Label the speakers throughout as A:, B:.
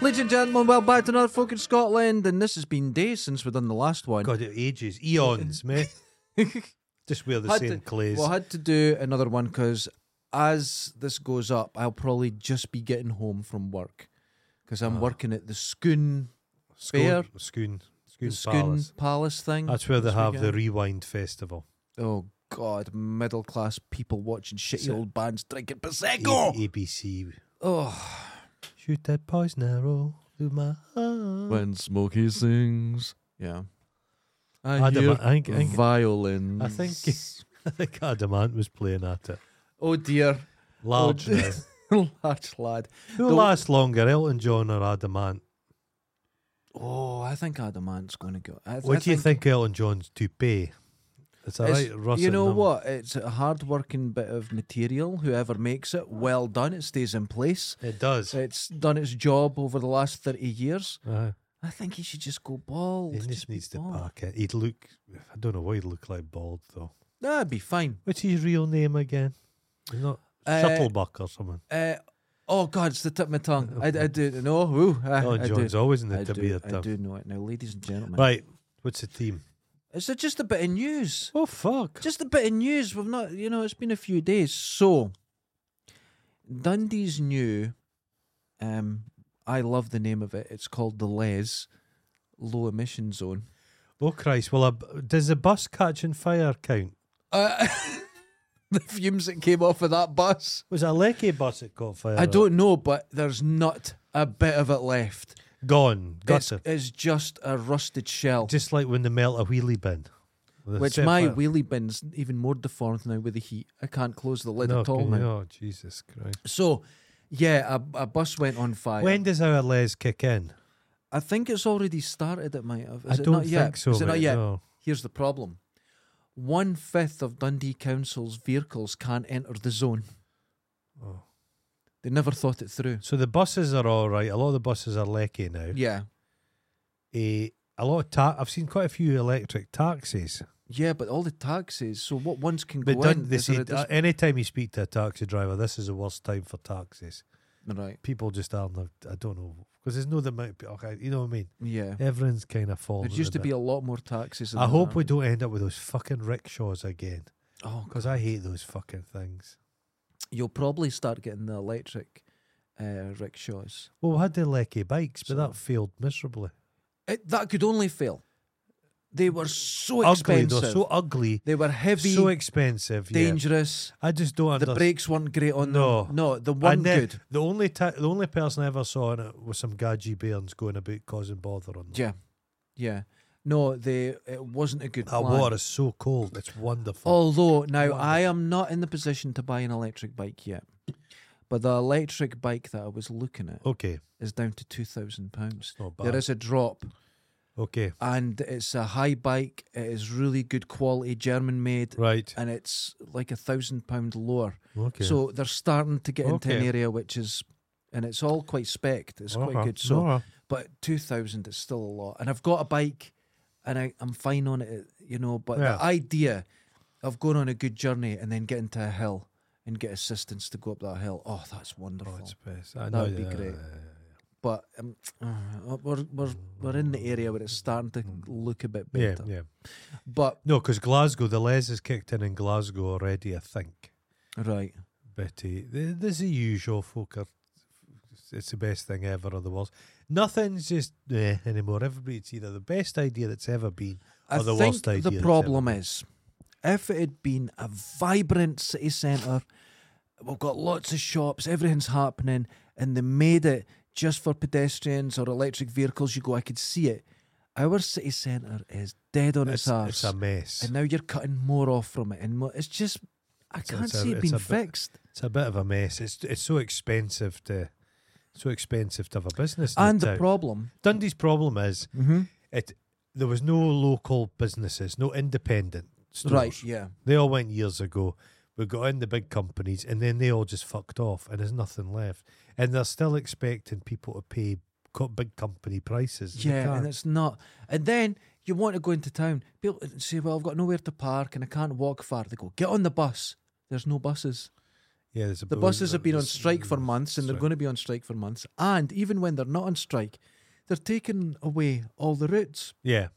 A: Ladies and gentlemen, well back to another folk in Scotland, and this has been days since we've done the last one.
B: God, it ages, eons, mate. Just wear the
A: Had
B: same
A: to-
B: clays.
A: Well, I had to do another one because as this goes up, I'll probably just be getting home from work because
B: Ah.
A: I'm working at the Schoon Fair,
B: Scone, Scone,
A: the
B: Scone
A: Schoon
B: Palace.
A: Palace, thing.
B: That's where they
A: this
B: have the
A: weekend.
B: Rewind Festival.
A: oh God, middle class people watching shitty
B: So-
A: old bands drinking
B: A-
A: prosecco.
B: ABC.
A: oh,
B: Shoot that poison arrow through my heart.
A: when Smokey sings, yeah. I,
B: Adam,
A: hear
B: I think- I think-
A: violins.
B: I think I think Adamant was playing at it.
A: Oh dear,
B: Large
A: Oh,
B: now.
A: large lad.
B: Who
A: The-
B: lasts longer, Elton John or Adamant?
A: Oh, I think Adamant's going to go. I, I
B: What do you think Elton John's toupee? Is that
A: It's-
B: right? Russ
A: you
B: and
A: know
B: him?
A: what? It's a hard working bit of material. Whoever makes it, well done. It stays in place.
B: It does.
A: It's done its job over the last 30 years.
B: Aye.
A: I think he should just go bald.
B: He
A: Just
B: just
A: be
B: needs to
A: bald.
B: pack it. He'd look. I don't know why he'd look like bald though.
A: That'd be fine.
B: What's his real name again? He's not
A: Uh,
B: Shuttlebuck or something.
A: Uh, oh, God, it's the tip of my tongue. I, I do know. Ooh, I,
B: Elton
A: I do.
B: John's always in Oh, the
A: I
B: tip of
A: do-
B: your
A: I
B: tongue.
A: do know it. Now, ladies and gentlemen,
B: Right. What's the team?
A: it's just a bit of news.
B: Oh fuck!
A: Just a bit of news. We've not, you know, it's been a few days. So, Dundee's new. Um, I love the name of it. It's called the Les, Low Emission Zone.
B: Oh Christ! Well, a b does the bus catching fire count?
A: Uh, the fumes that came off of that bus.
B: Was it a Lecky bus that caught fire?
A: I don't know, but there's not a bit of it left.
B: Gone.
A: It's,
B: Gutted.
A: it's just a rusted shell.
B: Just like when they melt a wheelie bin. They
A: which
B: set
A: my
B: fire-
A: wheelie bin's even more deformed now with the heat. I can't close the lid
B: No,
A: at all
B: can-
A: now.
B: Oh Jesus Christ!
A: So, yeah, a, a bus went on fire.
B: When does our les kick in?
A: I think it's already started. It might have. Is
B: I
A: it
B: don't
A: not yet?
B: think so,
A: Is it not
B: mate,
A: yet?
B: no.
A: Here's the problem: one fifth of Dundee Council's vehicles can't enter the zone.
B: Oh.
A: They never thought it through.
B: So the buses are all right. A lot of the buses are lecky now.
A: Yeah,
B: Eh, a lot of ta- I've seen quite a few electric taxis.
A: yeah, but all the taxis. So what ones can
B: But
A: go
B: done,
A: in?
B: they
A: is there
B: say
A: a dis-
B: uh, any time you speak to a taxi driver, this is the worst time for taxis.
A: right.
B: People just aren't. I don't know because there's no the amount. of pe- Okay, you know what I mean.
A: Yeah,
B: Everyone's kind of falling.
A: there used to be a lot more taxis. than
B: I
A: there
B: hope
A: are.
B: we don't end up with those fucking rickshaws again
A: Oh, God.
B: because I hate those fucking things.
A: you'll probably start getting the electric uh, rickshaws.
B: Well, we had the lecky bikes, but
A: So-
B: that failed miserably.
A: It, that could only fail. They were so
B: Ugly,
A: expensive.
B: they're so ugly,
A: they were heavy,
B: so expensive. yeah.
A: dangerous.
B: I just don't
A: The
B: understand.
A: brakes weren't great on
B: No.
A: them. No, the
B: I
A: one
B: ne-
A: good.
B: The only ti the only person I ever saw in it was some gadgy bairns going about causing bother on them.
A: Yeah, yeah. No, they. It wasn't a good
B: That
A: plan.
B: water is so cold. It's wonderful.
A: Although now
B: Wonderful.
A: I am not in the position to buy an electric bike yet, but the electric bike that I was looking at
B: Okay,
A: is down to two thousand pounds.
B: not Oh, bad.
A: There is a drop,
B: okay,
A: and it's a high bike. It is really good quality, German made,
B: right,
A: and it's like a thousand pound lower.
B: okay.
A: So they're starting to get into an
B: Okay.
A: area which is, and it's all quite spec'd. It's quite
B: Uh-huh.
A: good. So.
B: Uh-huh.
A: but 2000 is still a lot and i've got a bike and I, i'm fine on it you know but
B: Yeah.
A: the idea of going on a good journey and then getting to a hill and get assistance to go up that hill oh that's
B: oh,
A: wonderful
B: it's best. I
A: That
B: know
A: would be great. but um, we're, we're, we're in the area where it's starting to look a bit
B: Yeah,
A: better
B: yeah.
A: but
B: No, because Glasgow, the les has kicked in in Glasgow already. I think,
A: right
B: Betty. th- This is the usual folk are. It's the best thing ever or the worst. Nothing's just eh, anymore. Everybody's either the best idea that's ever been
A: i
B: or the
A: think
B: worst idea. that's
A: the
B: ever
A: problem is if it had been a vibrant city centre we've got lots of shops, everything's happening, and they made it just for pedestrians or electric vehicles. You go, I could see it. Our city centre is dead on its,
B: it's,
A: arse,
B: it's a mess.
A: and now you're cutting more off from it, and more, it's just I can't
B: it's a-
A: see it
B: it's
A: being
B: a bit-
A: fixed.
B: It's a bit of a mess. It's it's so expensive to so expensive to have a business. in
A: And the
B: town.
A: problem,
B: Dundee's problem is
A: Mm-hmm.
B: it there was no local businesses, no independent stores.
A: right? Yeah,
B: They all went years ago. We got in the big companies and then they all just fucked off and there's nothing left. And they're still expecting people to pay co- big company prices. and they
A: yeah,
B: can't.
A: and it's not. And then you want to go into town. People say, "Well, I've got nowhere to park, and I can't walk far." They go, "Get on the bus." There's no buses.
B: Yeah, there's a
A: The
B: bill-
A: buses have been on
B: there's-
A: strike for months and they're
B: Strike.
A: going to be on strike for months. And even when they're not on strike, they're taking away all the routes.
B: Yeah.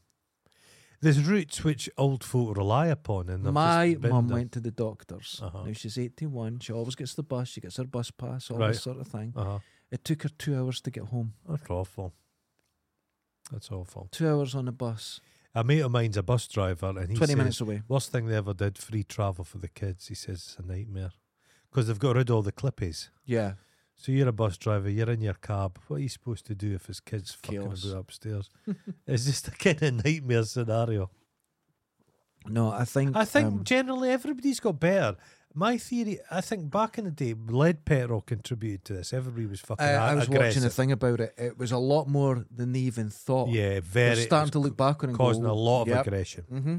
B: There's routes which old folk rely upon, and they've
A: My
B: just been
A: mum
B: there.
A: went to the doctors.
B: Uh-huh.
A: Now she's 81. She always gets the bus. She gets her bus pass, all
B: Right.
A: this sort of thing.
B: Uh-huh.
A: It took her two hours to get home.
B: That's awful. That's awful.
A: Two hours on a bus,
B: A mate of mine's a bus driver, and he
A: 20
B: says,
A: minutes away.
B: Worst thing they ever did, free travel for the kids. He says it's a nightmare because they've got rid of all the clippies.
A: Yeah.
B: So you're a bus driver, you're in your cab. What are you supposed to do if his kids fucking
A: Chaos.
B: about upstairs? it's just a kind of nightmare scenario.
A: No, I think.
B: I think
A: um,
B: generally everybody's got better. My theory, I think back in the day, Leadpetrol contributed to this. Everybody was fucking
A: I, I was
B: aggressive.
A: watching a thing about it. It was a lot more than they even thought.
B: Yeah,
A: They're
B: very
A: starting to look back on it and
B: causing
A: go,
B: a lot of
A: yep.
B: aggression.
A: Mm-hmm.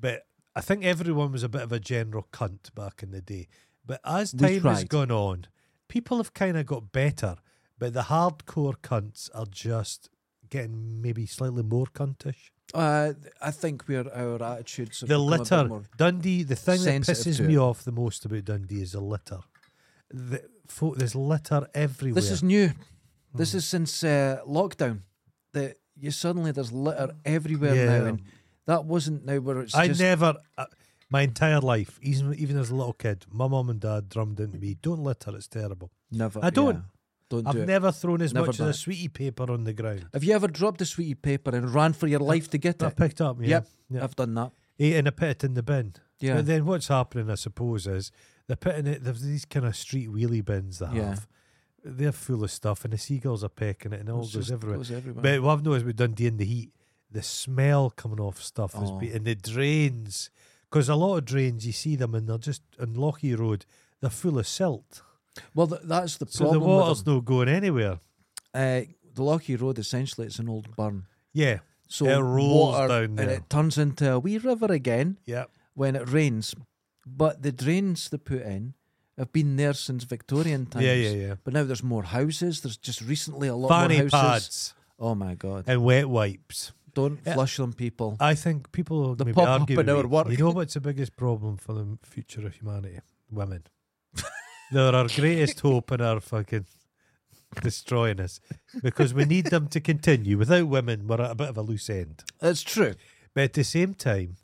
B: But I think everyone was a bit of a general cunt back in the day. But as
A: We
B: time has
A: tried.
B: gone on, people have kind of got better. But the hardcore cunts are just getting maybe slightly more cuntish.
A: Uh, I think we're our attitudes. Have
B: the
A: become a bit
B: litter,
A: more-
B: Dundee. The thing that
A: sensitive
B: pisses
A: to
B: me
A: it.
B: off the most about Dundee is the litter. The, fo- there's litter everywhere.
A: This is new.
B: Mm.
A: This is since uh, lockdown. That you suddenly there's litter everywhere now,
B: Yeah.
A: and that wasn't now where it's
B: I
A: just
B: never, uh, my entire life, even even as a little kid, my mum and dad drummed into me, "Don't litter, it's terrible."
A: never.
B: I don't.
A: yeah. don't do
B: I've
A: it.
B: never thrown as
A: Never
B: much
A: done
B: as
A: it.
B: a sweetie paper on the ground.
A: Have you ever dropped a sweetie paper and ran for your life to get
B: I
A: it?
B: picked up, yeah,
A: Yep,
B: yeah.
A: I've done that.
B: eating a pit in the bin.
A: Yeah.
B: But then what's happening, I suppose, is they're putting it. There's these kind of street wheelie bins that
A: Yeah.
B: have. They're full of stuff, and the seagulls are pecking it, and it all
A: It's
B: goes
A: just
B: everywhere.
A: goes everywhere.
B: But what I've noticed with Dundee in the heat, the smell coming off stuff is
A: Oh.
B: be- and the drains. Because a lot of drains, you see them, and they're just on Lockie Road. They're full of silt,
A: well, th- that's the
B: so
A: problem.
B: the
A: with
B: water's
A: them.
B: no going anywhere.
A: Uh, the Lockheed Road essentially it's an old burn.
B: Yeah,
A: So
B: It rolls
A: water,
B: down
A: and
B: there.
A: it turns into a wee river again.
B: yeah.
A: when it rains, but the drains they put in have been there since Victorian times.
B: Yeah, yeah, yeah.
A: But now there's more houses. There's just recently a lot
B: Fanny
A: more houses.
B: pads
A: Oh my god!
B: and wet wipes.
A: Don't
B: Yeah.
A: flush them, people.
B: I think people
A: They
B: maybe
A: pop up
B: argue
A: in
B: with
A: our
B: me.
A: work.
B: You know what's the biggest problem for the future of humanity? Women. They're our greatest hope and are fucking destroying us because we need them to continue. Without women, we're at a bit of a loose end.
A: It's true.
B: But at the same time,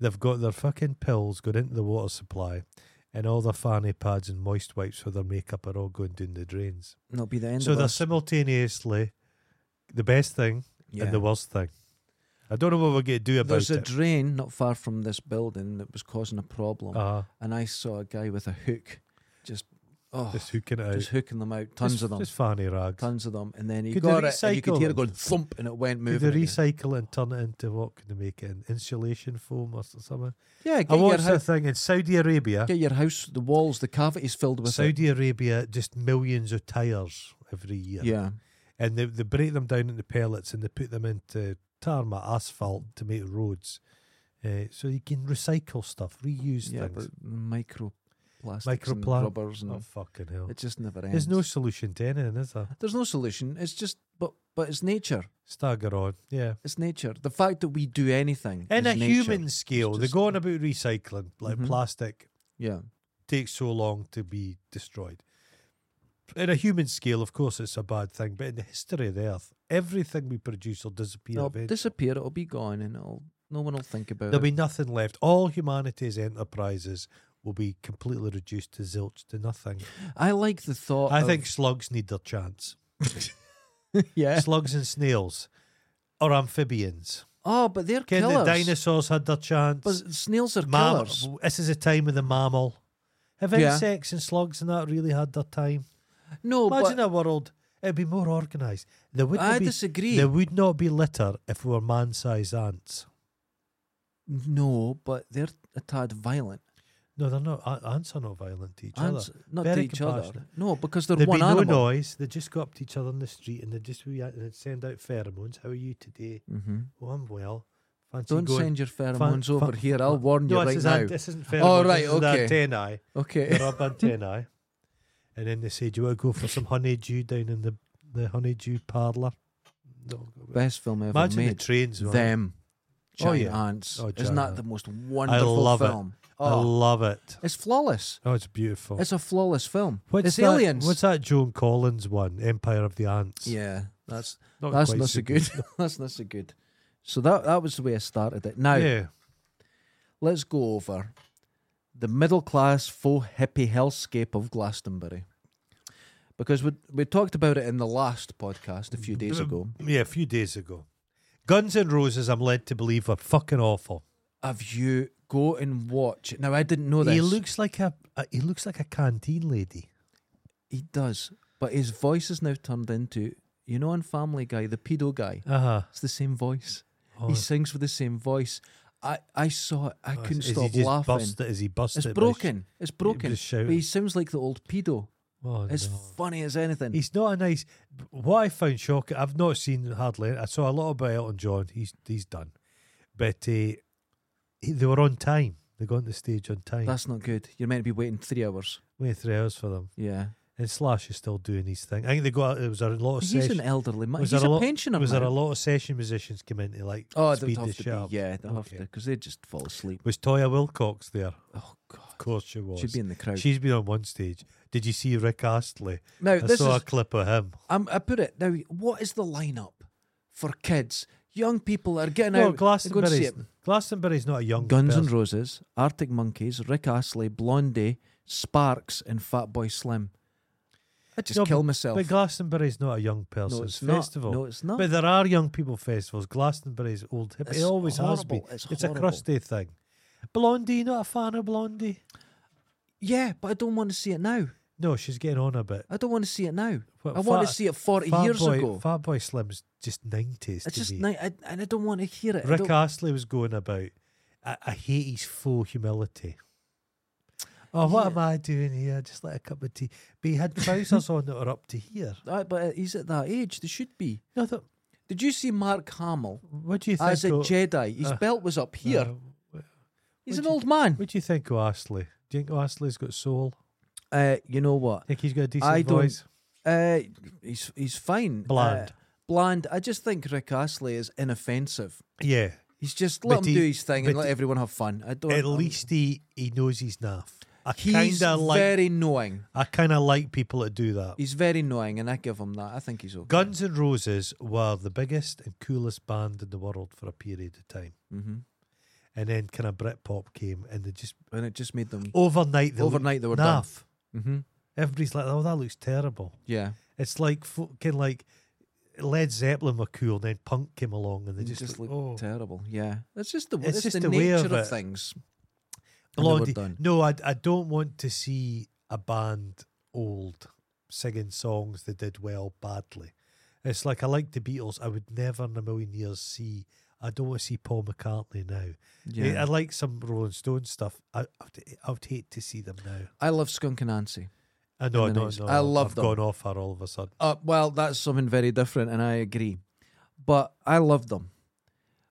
B: they've got their fucking pills going into the water supply, and all their fanny pads and moist wipes for their makeup are all going down the drains.
A: And it'll be the end
B: so
A: of
B: they're
A: us.
B: simultaneously the best thing
A: Yeah.
B: and the worst thing. I don't know what we're going to do about
A: There's a
B: it.
A: drain not far from this building that was causing a problem,
B: uh,
A: and I saw a guy with a hook, just oh,
B: just hooking it out.
A: just hooking them out, tons
B: just,
A: of them,
B: Just fanny rags.
A: tons of them, and then he
B: Could they
A: got it, and you could
B: recycle
A: hear
B: them?
A: it going thump, and it went
B: Do
A: moving.
B: they
A: again.
B: recycle it and turn it into what can they make it? An insulation foam or s- something?
A: Yeah,
B: I
A: get your,
B: watched a
A: house,
B: thing in Saudi Arabia.
A: get your house, the walls, the cavities filled with it.
B: Saudi Arabia, just millions of tyres every year.
A: Yeah.
B: And they, they break them down into pellets and they put them into tarmac asphalt to make roads. Uh, so you can recycle stuff, reuse
A: Yeah,
B: things.
A: but microplastics, and
B: Microplan-
A: rubbers, and
B: Oh, fucking hell.
A: it just never ends.
B: There's no solution to anything, is there?
A: there's no solution. It's just, but but it's nature.
B: Stagger on, yeah.
A: It's nature. The fact that we do anything
B: In
A: is
B: a
A: nature.
B: human scale, they're
A: just-
B: going about recycling, like
A: Mhm.
B: plastic
A: yeah,
B: takes so long to be destroyed. In a human scale, of course, it's a bad thing, but in the history of the Earth, everything we produce will disappear.
A: it'll
B: eventually.
A: disappear. It'll be gone, and it'll no one will think about
B: There'll
A: it.
B: be nothing left. All humanity's enterprises will be completely reduced to zilch, to nothing.
A: I like the thought.
B: I
A: of-
B: think slugs need their chance.
A: yeah.
B: slugs and snails, or amphibians.
A: Oh, but they're
B: Can the
A: killers.
B: dinosaurs had their chance?
A: but snails are
B: Mam-
A: killers.
B: this is a time of the mammal. Have
A: Yeah.
B: insects and slugs and that really had their time?
A: No,
B: Imagine
A: but
B: a world. It'd be more organised. There would
A: I
B: be,
A: disagree.
B: There would not be litter if we were man-sized ants.
A: no, but they're a tad violent.
B: No, they're not. a- Ants are not violent to each
A: Ants,
B: other.
A: not to
B: Very
A: each other.
B: compassionate.
A: No, because they're
B: There'd
A: one
B: be no
A: animal.
B: noise. They just go up to each other in the street and they just wee- and they'd send out pheromones. How are you today?
A: Mm-hmm.
B: Oh, I'm well. Fancy
A: Don't
B: going.
A: send your pheromones
B: fan-
A: over
B: fan-
A: here. I'll warn you
B: no,
A: right
B: this,
A: now.
B: is, an- this isn't pheromones.
A: right,
B: this is
A: okay.
B: antennae.
A: Okay.
B: They're up antennae. And then they say, "Do you want to go for some honeydew down in the the honeydew parlour?" No,
A: Best film ever
B: imagine the
A: made.
B: trains. man.
A: Them.
B: Oh,
A: Giant
B: yeah.
A: ants.
B: Oh,
A: Isn't
B: giant
A: that the most wonderful
B: love it.
A: film?
B: I
A: Oh,
B: love it.
A: it's flawless.
B: Oh, it's beautiful.
A: It's a flawless film.
B: what's
A: it's
B: that,
A: aliens.
B: What's that Joan Collins one? Empire of the Ants.
A: Yeah, that's
B: Not
A: that's
B: quite
A: not
B: so
A: so good. that's not so good. So that that was the way I started it. Now
B: Yeah.
A: let's go over the middle class faux hippie hellscape of Glastonbury, because we we talked about it in the last podcast a few days
B: Mm-hmm.
A: ago.
B: Mm, Yeah, a few days ago. Guns N' Roses, I'm led to believe, are fucking awful.
A: Have you go and watch? Now I didn't know this.
B: He looks like a, a he looks like a canteen lady.
A: He does, but his voice is now turned into you know on Family Guy the pedo guy.
B: Uh huh.
A: It's the same voice.
B: Oh.
A: He sings with the same voice. I, I saw it. I couldn't
B: is
A: stop
B: he just
A: laughing.
B: Bust it? Is he busted?
A: It's broken. It's broken.
B: just
A: But
B: shouting.
A: he sounds like the old pedo.
B: Oh,
A: It's
B: no.
A: funny as anything.
B: He's not a nice. What I found shocking, I've not seen hardly. I saw a lot about Elton John. He's he's done, but uh, he- they were on time. They got on the stage on time.
A: That's not good. You're meant to be waiting three hours.
B: Wait three hours for them.
A: Yeah.
B: And Slash is still doing his thing. I think they got. It was a lot of.
A: He's
B: session-
A: an elderly man.
B: Oh, was
A: He's
B: there
A: a,
B: lot,
A: pensioner.
B: Was
A: man.
B: there a lot of session musicians come in to like
A: Oh, they'd
B: speed
A: have
B: the
A: to
B: shit
A: be.
B: up?
A: Yeah, they'd have
B: Okay.
A: to because they just fall asleep.
B: Was Toya Wilcox there?
A: Oh God,
B: Of course she was.
A: should be in the crowd.
B: She's been on one stage. Did you see Rick Astley?
A: now
B: I
A: this
B: saw
A: is
B: a clip of him.
A: I'm, I put it now. What is the lineup for kids? Young people are getting
B: No,
A: out. they're going to see
B: Glastonbury's,
A: it.
B: Glastonbury's not a young
A: Guns
B: person.
A: N' Roses, Arctic Monkeys, Rick Astley, Blondie, Sparks, and Fatboy Slim. I just
B: No,
A: kill myself.
B: But Glastonbury's not a young person's
A: no, it's
B: festival.
A: not. No, it's not.
B: But there are young people festivals. Glastonbury's old hip.
A: It's
B: it always has
A: horrible.
B: been.
A: It's
B: a
A: horrible.
B: crusty thing. Blondie, not a fan of Blondie.
A: yeah, but I don't want to see it now.
B: No, she's getting on a bit.
A: I don't want to see it now.
B: What,
A: I want to
B: Fat-
A: see it 40
B: Fat
A: years
B: Boy,
A: ago.
B: Fat Boy Slim's just nineties.
A: It's
B: to
A: just,
B: me.
A: ni- I, and I don't want to hear it. I
B: Rick uh,
A: don't-
B: Astley was going about. I, I hate his faux humility. Oh, what
A: Yeah.
B: am I doing here? Just like a cup of tea. But he had trousers on that were up to here.
A: Aye, Ah, but he's at that age. They should be.
B: No, I thought,
A: Did you see Mark Hamill
B: what do you think?
A: as a
B: of-
A: Jedi? His
B: uh,
A: belt was up
B: uh,
A: here.
B: wh-
A: he's
B: would
A: an
B: you-
A: old man.
B: What do you think of Astley? Do you think Astley's got soul?
A: Uh, you know what?
B: Think he's got a decent
A: I don't-
B: voice?
A: Uh, he's he's fine.
B: Bland.
A: Uh, bland. I just think Rick Astley is inoffensive.
B: Yeah.
A: He's just
B: But
A: let him do
B: he-
A: his thing and
B: but
A: let
B: he-
A: everyone have fun. I don't.
B: At
A: um,
B: least he, he knows he's naff. I
A: he's
B: kind of like
A: very knowing.
B: I kind of like people that do that.
A: He's very knowing, and I give him that. I think he's okay.
B: Guns N' Roses were the biggest and coolest band in the world for a period of time.
A: Mm-hmm.
B: and then kind of Britpop came, and they just
A: And it just made
B: Oh.
A: them.
B: overnight they
A: Overnight
B: looked
A: they were done.
B: naff.
A: Mm-hmm.
B: Everybody's like, "Oh, that looks terrible."
A: Yeah.
B: It's like fucking like Led Zeppelin were cool, and then punk came along, and they
A: They
B: just,
A: just,
B: look,
A: look
B: "Oh,
A: terrible. Yeah. That's just the.
B: It's
A: It's,
B: just
A: the,
B: the way
A: nature
B: of
A: of,
B: it.
A: things. And they were
B: Blondie."
A: done.
B: No, I I don't want to see a band old singing songs they did well badly. It's like I like the Beatles. I would never in a million years see. I don't want to see Paul McCartney now. I
A: Yeah.
B: like some Rolling Stones stuff. I, I, would, I would hate to see them now.
A: I love Skunk and Nancy.
B: I know, I
A: in the
B: know,
A: next-
B: I know.
A: I love
B: I've
A: them.
B: gone off her all of a sudden.
A: Uh, well, that's something very different, and I agree. But I loved them.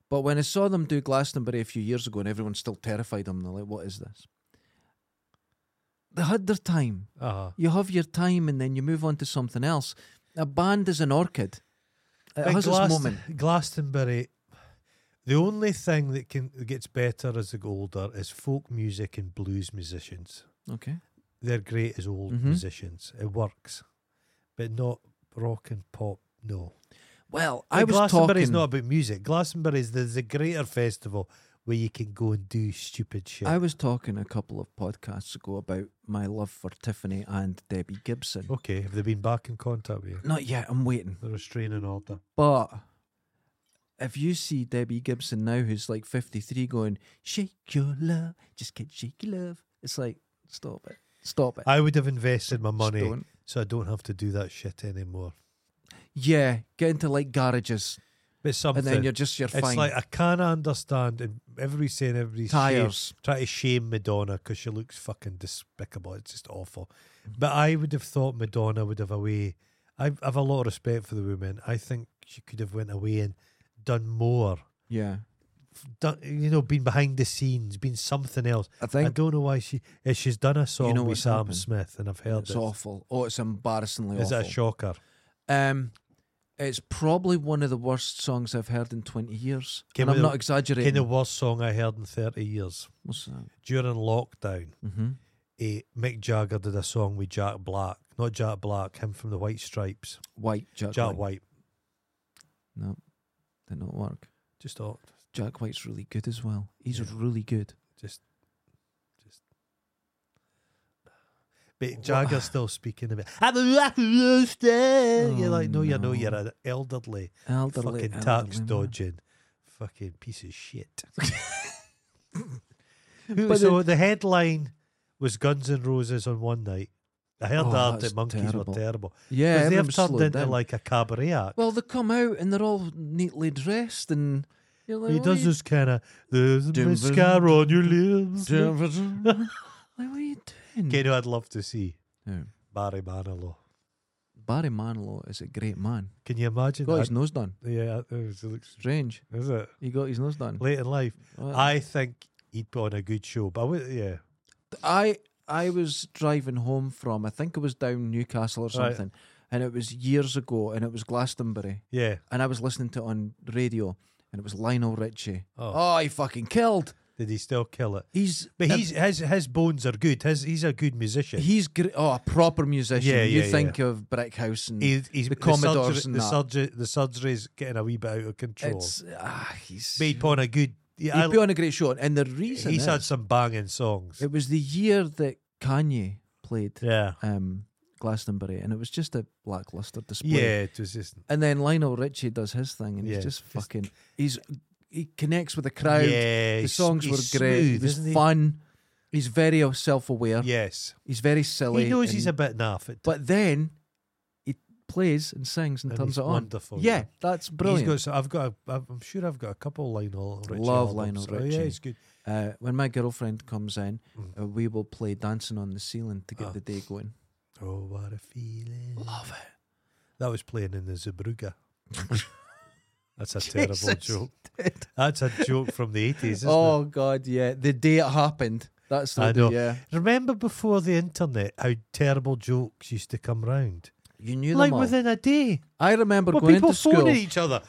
A: But when I saw them do Glastonbury a few years ago, and everyone's still terrified of them, they're like, "What is this?" They had their time.
B: Uh-huh.
A: You have your time, and then you move on to something else. A band is an orchid. It has its moment.
B: Glastonbury, the only thing that can that gets better as they go older is folk music and blues musicians.
A: Okay.
B: They're great as old
A: Mhm.
B: musicians. It works, but not rock and pop. No,
A: Well,
B: But
A: I was
B: Glastonbury's
A: talking.
B: not about music. Glastonbury's there's a greater festival where you can go and do stupid shit.
A: I was talking a couple of podcasts ago about my love for Tiffany and Debbie Gibson.
B: okay, have they been back in contact with you?
A: Not yet. I'm waiting.
B: The restraining order.
A: But if you see Debbie Gibson now, who's like 53, going, shake your love, just get shake your love, it's like, stop it, stop it.
B: I would have invested my
A: Just
B: money.
A: don't.
B: so I don't have to do that shit anymore.
A: Yeah, get into like garages,
B: But something,
A: and then you're just, you're
B: it's
A: fine.
B: like I can't understand. And every saying, every
A: Tires.
B: shame, try to shame Madonna because she looks fucking despicable. It's just awful.
A: Mm-hmm.
B: But I would have thought Madonna would have a way. I have a lot of respect for the woman. I think she could have went away and done more.
A: Yeah.
B: Done, you know, been behind the scenes, been something else.
A: I
B: I,
A: think
B: don't know why she. eh, She's done a song
A: know
B: with
A: what's
B: Sam
A: happened?
B: Smith, and I've heard
A: it's
B: it.
A: awful. Oh, it's embarrassingly
B: Is
A: awful.
B: that a shocker?
A: Um, It's probably one of the worst songs I've heard in 20 years.
B: Give
A: and
B: me
A: I'm
B: the-
A: not exaggerating.
B: Kind of worst song I heard in 30 years.
A: What's that?
B: During lockdown,
A: Mm-hmm.
B: eh, Mick Jagger did a song with Jack Black. Not Jack Black, him from the White Stripes.
A: White, Jack,
B: Jack
A: White.
B: White.
A: No, did not work.
B: Just thought,
A: Jack White's really good as well. He's
B: Yeah.
A: really good.
B: just, just. But Jagger's still speaking about. I'm a rock and roll star." You're
A: Oh,
B: like, no, you're no,
A: no.
B: you're an elderly,
A: Elderly,
B: fucking
A: elderly
B: tax
A: man.
B: dodging, fucking piece of shit. Who-
A: But
B: so the headline was Guns N' Roses on one night. I heard
A: Oh,
B: that
A: that's
B: that monkeys
A: terrible.
B: were terrible.
A: Yeah,
B: Because
A: everyone
B: they've turned
A: slowed
B: into
A: down.
B: like a cabaret act.
A: Well, they come out and they're all neatly dressed, and you're like,
B: he
A: "What
B: does
A: are
B: this kind of there's
A: Dum-
B: mascara on your lips.
A: you doing?" like, what are you doing?
B: You know, I'd love to see
A: Yeah.
B: Barry Manilow.
A: Barry Manilow is a great man.
B: Can you imagine
A: Got
B: that?
A: his nose done.
B: Yeah, it was- it looks-
A: Strange.
B: is it
A: He got his nose done.
B: late in life?
A: Well,
B: I think he'd put on a good show, but I would, yeah,
A: I I was driving home from I think it was down Newcastle or
B: Right.
A: something, and it was years ago, and it was Glastonbury,
B: yeah.
A: and I was listening to it on radio, and it was Lionel Richie.
B: Oh,
A: Oh, he fucking killed.
B: did he still kill it?
A: He's
B: But
A: a-
B: he's his his bones are good. His he's a good musician.
A: he's gr- oh a proper musician.
B: Yeah,
A: you
B: yeah,
A: think of Brick House and
B: He- he's
A: the Commodores
B: surgery,
A: and
B: the
A: that.
B: surgery, the surgery's getting a wee bit out of control.
A: it's ah he's
B: But he'd put on a good. Yeah,
A: he'd
B: I-
A: be on a great show, and the reason
B: he's
A: is,
B: had some banging songs.
A: it was the year that Kanye played
B: Yeah,
A: um, Glastonbury, and it was just a lackluster display.
B: yeah. It was just
A: And then Lionel Richie does his thing, and
B: Yeah,
A: he's just
B: just-
A: fucking. He's he connects with the crowd.
B: yeah.
A: the
B: he's-
A: songs
B: he's
A: were great.
B: smooth,
A: it was
B: isn't he?
A: fun. He's very self-aware.
B: Yes,
A: He's very silly.
B: he knows
A: and-
B: he's a bit naff. It,
A: But then he plays and sings and,
B: And
A: turns
B: he's
A: it on.
B: wonderful,
A: oh, Yeah,
B: yeah.
A: that's brilliant.
B: He's got. So I've got. A, I'm sure I've got a couple Lionel. Richie
A: Love Lionel
B: albums. Oh,
A: Richie.
B: yeah, he's good.
A: Uh, when my girlfriend comes in, uh, we will play "Dancing on the Ceiling" to get
B: Mm. Ah.
A: the day going.
B: Oh, what a feeling!
A: Love it.
B: That was playing in the Zabruga. That's a terrible
A: Jesus.
B: joke. That's a joke from the 80s, isn't
A: Oh God, yeah. The day it happened. That's the
B: I know.
A: yeah.
B: it? Remember before the internet how terrible jokes used to come round?
A: You knew
B: Like
A: them all.
B: within a day.
A: I remember
B: Well,
A: going
B: people
A: to
B: phoning
A: school.
B: each other.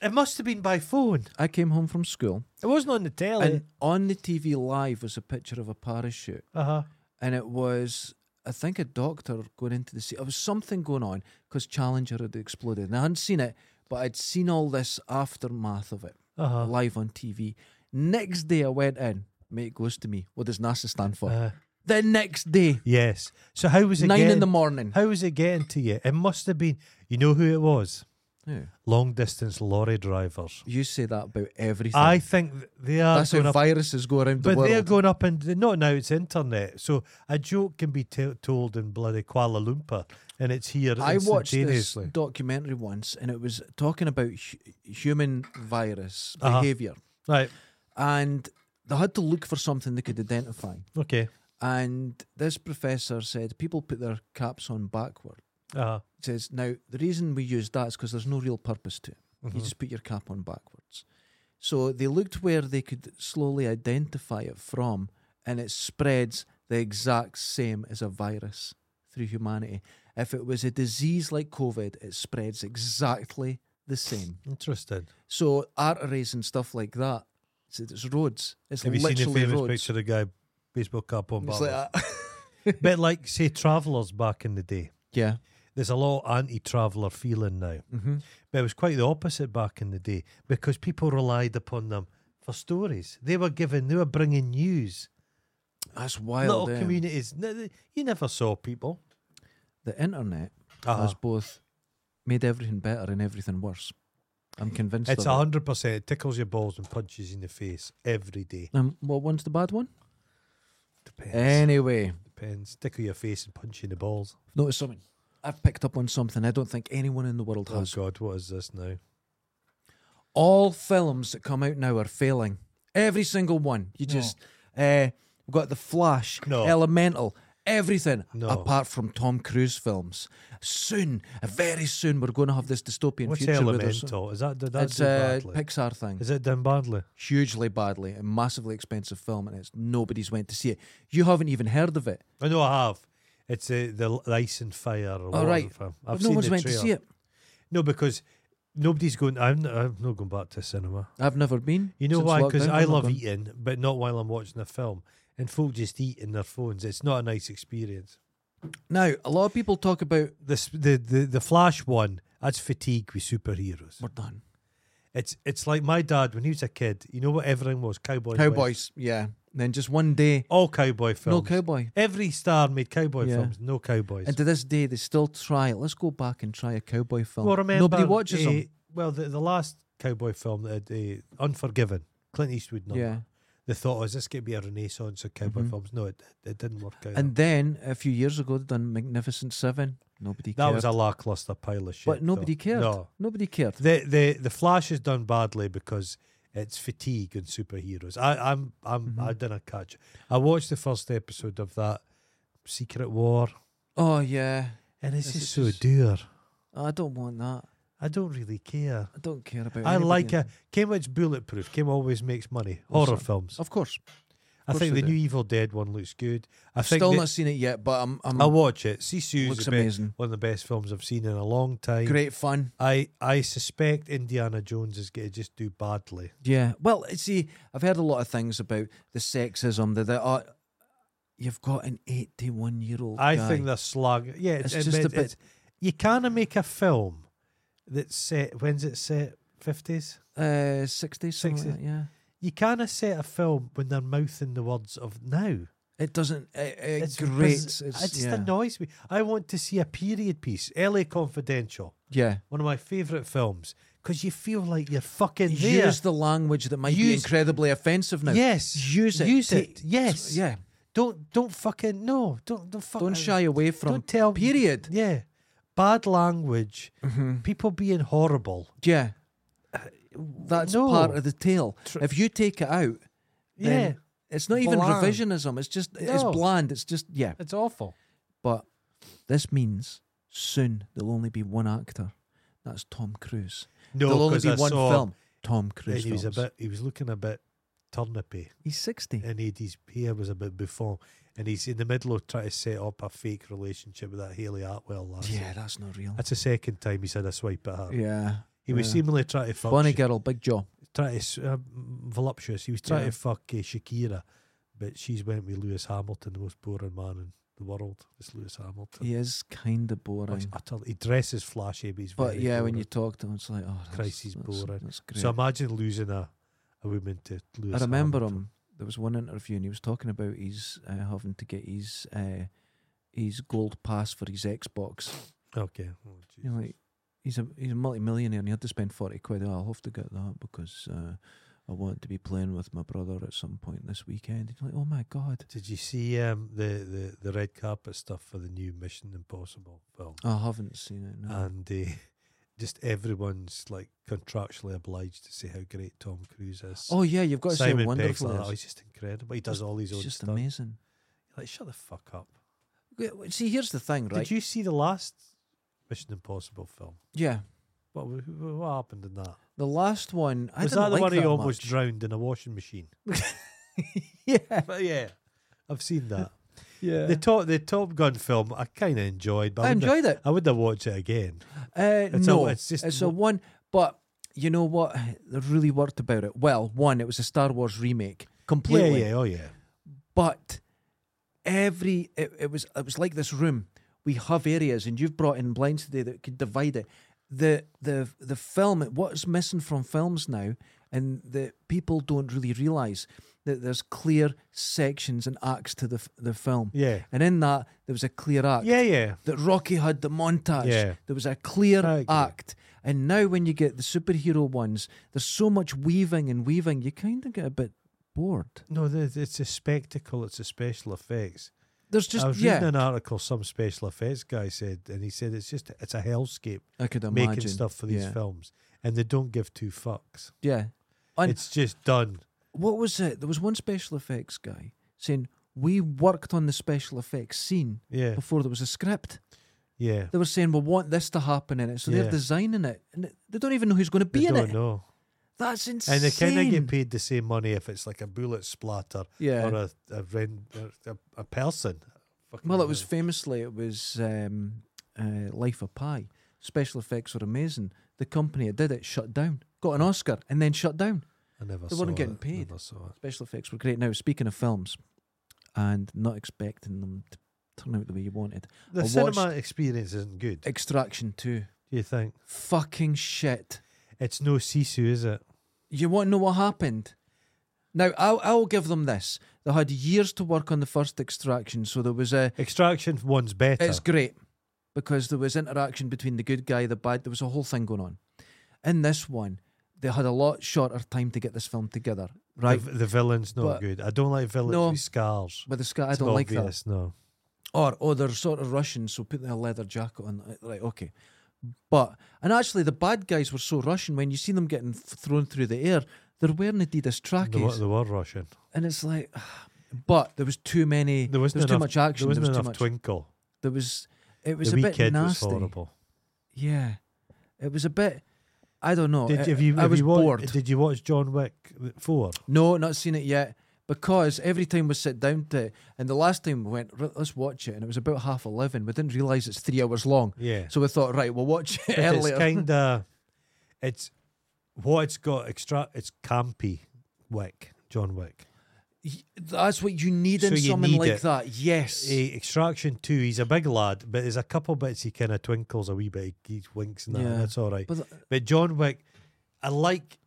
B: It must have been by phone.
A: I came home from school,
B: It wasn't on the telly.
A: and on the TV live was a picture of a parachute,
B: uh huh.
A: and it was. I think a doctor going into the sea. It was something going on because Challenger had exploded. And I hadn't seen it, but I'd seen all this aftermath of it.
B: Uh huh.
A: live on TV. Next day I went in, mate goes to me, what does NASA stand for?
B: Uh,
A: the next day,
B: yes. So how was it
A: nine
B: getting,
A: in the morning.
B: How was it getting to you? It must have been. You know who it was?
A: Yeah.
B: Long distance lorry drivers.
A: You say that about everything.
B: I think th- they are
A: That's
B: going
A: how
B: up
A: viruses go around the
B: But they're
A: world.
B: going up and not now. It's internet, so a joke can be t- told in bloody Kuala Lumpur, and it's here
A: I watched this
B: instantaneously.
A: documentary once and it was talking about hu- human virus
B: Uh-huh.
A: behavior.
B: Right?
A: And they had to look for something they could identify.
B: Okay.
A: And this professor said people put their caps on backward.
B: Uh,
A: He says, now, the reason we use that is because there's no real purpose to it. You just put your cap on backwards. So they looked where they could slowly identify it from, and it spreads the exact same as a virus through humanity. If it was a disease like COVID, it spreads exactly the same.
B: interesting.
A: So arteries and stuff like that, it's, it's roads. It's
B: Have you seen
A: literally
B: the famous
A: roads.
B: picture of the guy baseball cap on?
A: It's
B: backwards?
A: like that.
B: Bit like say travellers back in the day.
A: yeah.
B: There's a lot of anti-traveller feeling now,
A: Mm-hmm.
B: but it was quite the opposite back in the day because people relied upon them for stories. They were giving, they were bringing news.
A: That's wild.
B: Little
A: eh?
B: communities, n- you never saw people.
A: the internet
B: Uh-huh.
A: has both made everything better and everything worse. I'm convinced
B: It's
A: of it.
B: hundred percent. It tickles your balls and punches you in the face every day.
A: Um, what one's the bad one?
B: Depends.
A: Anyway,
B: Depends. Tickle your face and punch you in the balls.
A: I've noticed something. I've picked up on something I don't think anyone in the world
B: Oh
A: has.
B: God, what is this now?
A: All films that come out now are failing. Every single one. You just uh, we've got The Flash,
B: No.
A: Elemental, everything
B: No.
A: apart from Tom Cruise films. Soon, very soon, we're going to have this dystopian
B: What's
A: future. where there's-
B: Elemental? Is that did that
A: it's uh,
B: do
A: a
B: badly?
A: Pixar thing.
B: is it done badly?
A: hugely badly, a massively expensive film, and it's nobody's went to see it. You haven't even heard of it.
B: I know I have. It's uh, the L- ice and fire. Or
A: All
B: Water
A: right.
B: film.
A: But
B: uh, I've
A: no
B: seen
A: one's
B: the
A: went to
B: trailer.
A: see it.
B: No, because nobody's going. I'm not, I'm not going back to cinema.
A: I've never been.
B: You know
A: since
B: why? Because
A: lockdown.
B: I
A: I'm not
B: love
A: going.
B: eating, but not while I'm watching a film. And folk just eat in their phones. It's not a nice experience.
A: Now, a lot of people talk about
B: This the the, the Flash one. That's fatigue with superheroes.
A: we're done.
B: It's it's like my dad when he was a kid. You know what everything was? Cowboy. West.
A: Cowboys, yeah. And then just one day,
B: All cowboy
A: no
B: films.
A: cowboy.
B: Every star made cowboy
A: Yeah.
B: films. No cowboys.
A: And to this day, they still try. Let's go back and try a cowboy film.
B: Well, remember,
A: Nobody watches
B: eh,
A: them.
B: Well, the, the last cowboy film that had, uh, Unforgiven, Clint Eastwood. Number.
A: Yeah.
B: They thought, oh, is this going to be a renaissance of cowboy
A: Mhm.
B: films? No, it, it didn't work out.
A: And then a few years ago, they done Magnificent Seven. Nobody
B: that
A: cared.
B: was a lackluster pile of shit.
A: but nobody
B: though.
A: cared.
B: No,
A: Nobody cared.
B: the the the Flash is done badly because it's fatigue and superheroes. I I'm I'm I
A: Mm-hmm.
B: didn't catch. I watched the first episode of that Secret War,
A: Oh yeah,
B: and it's
A: Yes,
B: just
A: it's
B: so
A: just-
B: dear.
A: I don't want that.
B: I don't really care.
A: I don't care about.
B: I
A: anybody
B: like
A: in-
B: a Cambridge bulletproof. Kim always makes money.
A: Well,
B: Horror
A: so-
B: films.
A: Of course,
B: I
A: course
B: think
A: they
B: the
A: do.
B: new Evil Dead one looks good. I think
A: still
B: the-
A: not seen it yet, but I'm. I'm
B: I'll watch it. Sisu's
A: looks
B: the be-
A: amazing.
B: one of the best films I've seen in a long time.
A: Great fun.
B: I I suspect Indiana Jones is going to just do badly.
A: Yeah. Well, see, I've heard a lot of things about the sexism that there are. You've got an 81 year old.
B: I think they're slug. Yeah, it's,
A: It's
B: it-
A: just a
B: it-
A: bit-
B: it's- you can't make a film that's set. When's it set? Fifties.
A: that. Uh, 60, something like
B: 60s.
A: that, yeah.
B: You can't set a film when they're mouthing the words of now.
A: It doesn't. It, it
B: It's
A: grates.
B: biz-
A: it's,
B: it just
A: yeah.
B: annoys me. I want to see a period piece. L.A. Confidential.
A: yeah.
B: one of my favourite films because you feel like you're fucking there.
A: Use the language that might be
B: Use-
A: incredibly offensive now.
B: yes,
A: Use it.
B: Use
A: Take-
B: it. Yes.
A: Yeah.
B: Don't don't fucking no. Don't don't fucking
A: Don't shy away from.
B: Don't tell.
A: Period.
B: Yeah. Bad language.
A: Mm-hmm.
B: People being horrible.
A: Yeah. That's
B: no.
A: part of the tale.
B: Tr-
A: if you take it out,
B: Yeah.
A: then it's not even
B: Bland.
A: revisionism. It's just it's
B: No.
A: bland. It's just yeah.
B: It's awful.
A: But this means soon there'll only be one actor. That's Tom Cruise.
B: No,
A: there'll only
B: 'cause
A: be
B: I
A: one
B: saw
A: film. Tom
B: And
A: Cruise.
B: he was a
A: films.
B: bit. He was looking a bit turnipy,
A: He's sixty.
B: and he, his hair was a bit before. And he's in the middle of trying to set up a fake relationship with that Haley Atwell last
A: Yeah, that's not real.
B: That's the second time he's had a swipe at her.
A: yeah.
B: He was
A: yeah.
B: seemingly trying to fuck
A: Funny
B: shit.
A: girl, big jaw.
B: trying to s- uh, voluptuous. He was trying
A: Yeah.
B: to fuck uh, Shakira, but she's went with Lewis Hamilton, the most boring man in the world. It's Lewis Hamilton.
A: He is kind of
B: Oh, it's
A: boring.
B: utter- he dresses flashy, but he's
A: But
B: very
A: yeah, when
B: boring.
A: you talk to him, it's like, oh, that's,
B: Christ, he's
A: that's-
B: boring.
A: That's great.
B: so imagine losing a, a woman to Lewis.
A: I remember
B: Hamilton.
A: him. There was one interview, and he was talking about his uh, having to get his uh, his gold pass for his Xbox.
B: Okay. Oh, geez.
A: You know, like he's a he's a multimillionaire, and he had to spend forty quid. "Oh, I'll have to get that because uh, I want to be playing with my brother at some point this weekend. He's like, oh my god.
B: Did you see um, the, the the red carpet stuff for the new Mission Impossible film?
A: I haven't seen it. No.
B: And uh, just everyone's like contractually obliged to say how great Tom Cruise is.
A: oh yeah, you've got to say
B: Simon Pegg's
A: wonderful.
B: like,
A: it
B: oh,
A: is.
B: he's just incredible. He does all his
A: It's
B: own
A: just
B: stuff.
A: amazing.
B: Like, shut the fuck up.
A: Yeah, See, here's the thing, right?
B: Did you see the last Mission Impossible film?
A: yeah,
B: What, wh- wh- what happened in that?
A: the last one. I
B: Was
A: didn't
B: that the
A: like
B: one
A: that
B: he almost
A: much.
B: drowned in a washing machine?
A: yeah,
B: but yeah, I've seen that.
A: yeah.
B: The top, the Top Gun film, I kind of enjoyed, but I,
A: I
B: wouldn't-
A: enjoyed it.
B: I would have watched it again.
A: Uh,
B: It's a-
A: no,
B: it's
A: it's
B: just
A: a
B: one-
A: one. But you know what? They really worked about it. Well, one, it was a Star Wars remake completely.
B: Yeah, yeah, oh yeah.
A: But every it, it was it was like this room. We have areas, and you've brought in blinds today that could divide it. The the the film. What's missing from films now, and the people don't really realize that there's clear sections and acts to the f- the film.
B: Yeah.
A: And in that, there was a clear act
B: Yeah, yeah.
A: that Rocky had the montage.
B: Yeah.
A: There was a clear
B: I agree.
A: act. And now when you get the superhero ones, there's so much weaving and weaving, you kind of get a bit bored.
B: No, the- it's a spectacle. It's a special effects.
A: There's
B: I
A: just
B: was
A: yeah.
B: reading an article some special effects guy said, and he said it's just it's a hellscape
A: I could imagine
B: making stuff for these
A: yeah.
B: films, and they don't give two fucks.
A: Yeah. And
B: it's just done.
A: what was it? There was one special effects guy saying we worked on the special effects scene
B: Yeah,
A: before there was a script.
B: yeah.
A: They were saying we want this to happen in it, so
B: Yeah.
A: they're designing it, and it- they don't even know who's going to be
B: they
A: in
B: don't
A: it.
B: know,
A: That's insane.
B: and they kind of get paid the same money if it's like a bullet splatter
A: Yeah.
B: or a a, ren- or a, a person. Fucking
A: Well, it was
B: hell.
A: famously it was um, uh, Life of Pi. Special effects were amazing. The company that did it shut down, got
B: Hmm.
A: an Oscar, and then shut down.
B: I never
A: They
B: saw
A: weren't getting
B: it.
A: paid.
B: Never saw it.
A: Special effects were great. Now, speaking of films and not expecting them to turn out the way you wanted,
B: The
A: I
B: cinema
A: watched-
B: experience isn't good. Do
A: Extraction 2.
B: you think
A: Fucking shit.
B: it's no Sisu, is it?
A: You want to know what happened? Now, I'll, I'll give them this. They had years to work on the first extraction, so there was a.
B: Extraction one's better.
A: It's great because there was interaction between the good guy, the bad. There was a whole thing going on. In this one, they had a lot shorter time to get this film together,
B: The-
A: right?
B: The, villain's not
A: But-
B: good. I don't like villains
A: No.
B: with scars.
A: But the sky, I
B: It's
A: don't like that.
B: obvious, No.
A: or oh they're sort of Russian, so put a leather jacket on. Uh, Right, okay. But and actually, the bad guys were so Russian. When you see them getting f- thrown through the air, they're wearing Adidas
B: They were,
A: trackies,
B: they were Russian.
A: and it's like. But there was too many.
B: There
A: there
B: wasn't
A: was
B: enough,
A: too much action.
B: There wasn't
A: was too
B: enough
A: much.
B: twinkle.
A: there was. It was
B: the
A: a
B: wee
A: bit
B: kid was
A: nasty.
B: horrible.
A: Yeah, it was a bit. I don't know.
B: Did,
A: I-
B: have you,
A: I
B: have
A: was
B: you watched,
A: bored.
B: Did you watch John Wick four?
A: No, not seen it yet. Because every time we sit down to it, and the last time we went, "Right, let's watch it, and it was about half eleven. We didn't realise it's three hours long.
B: Yeah.
A: So we thought, right, we'll watch it
B: But
A: earlier.
B: it's kind of it's what it's got extra. It's campy Wick, John Wick.
A: Y- That's what you need
B: So
A: in
B: you
A: someone
B: need
A: like
B: it.
A: that. Yes.
B: Eh, Extraction two. He's a big lad, but there's a couple bits he kind of twinkles a wee bit. He, he winks and that. and
A: Yeah.
B: That's all right.
A: But th-
B: But John Wick, I like.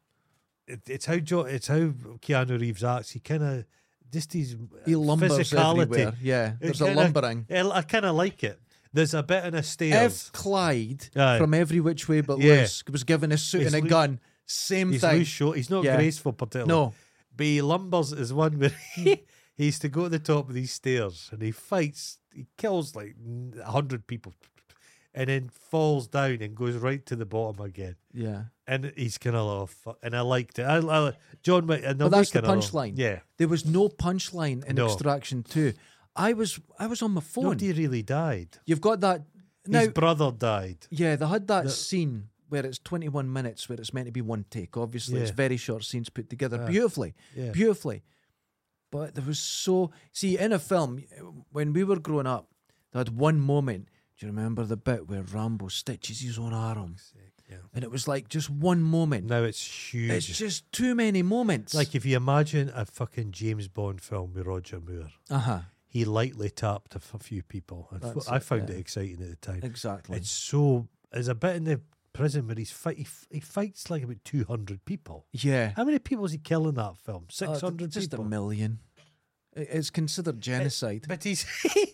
B: It, it's how jo- it's how Keanu Reeves acts. He kind of just his
A: he lumbers
B: physicality.
A: everywhere. Yeah. There's a
B: kinda-
A: lumbering.
B: I, I kind of like it. There's a bit in a stairs.
A: If Clyde
B: Aye.
A: from every which way but
B: Yeah.
A: loose was given a suit
B: He's
A: and a
B: loo-
A: gun, same
B: he's
A: thing.
B: loose short. He's not
A: Yeah.
B: graceful particularly.
A: No.
B: But he lumbers is one where he, he used to go to the top of these stairs and he fights, he kills like a hundred people, and then falls down and goes right to the bottom again.
A: Yeah.
B: And he's kind of like, oh, fuck. and I liked it. I, I John Wick, and
A: But that's the
B: kinda like-
A: punchline.
B: Yeah,
A: There was no punchline in
B: No.
A: Extraction 2. I was I was on my phone.
B: nobody really died.
A: You've got that now.
B: His brother died.
A: Yeah, they had that
B: The-
A: scene where it's 21 minutes, where it's meant to be one take. Obviously, it's
B: Yeah.
A: very short scenes put together
B: Yeah.
A: beautifully,
B: Yeah.
A: beautifully. But there was so see in a film when we were growing up, they had one moment. Do you remember the bit where Rambo stitches his own arm,
B: Yeah.
A: and it was like just one moment.
B: Now it's huge.
A: It's just too many moments.
B: like if you imagine a fucking James Bond film with Roger Moore.
A: uh huh,
B: he lightly tapped a f- few people. And f-
A: That's
B: I
A: it,
B: found
A: yeah.
B: it exciting at the time.
A: exactly.
B: It's so there's a bit in the prison where he's fight. He, f- he fights like about two hundred people.
A: yeah,
B: How many people is he killing that film?
A: Uh,
B: Six hundred
A: just
B: people.
A: a million. I- It's considered genocide.
B: But he's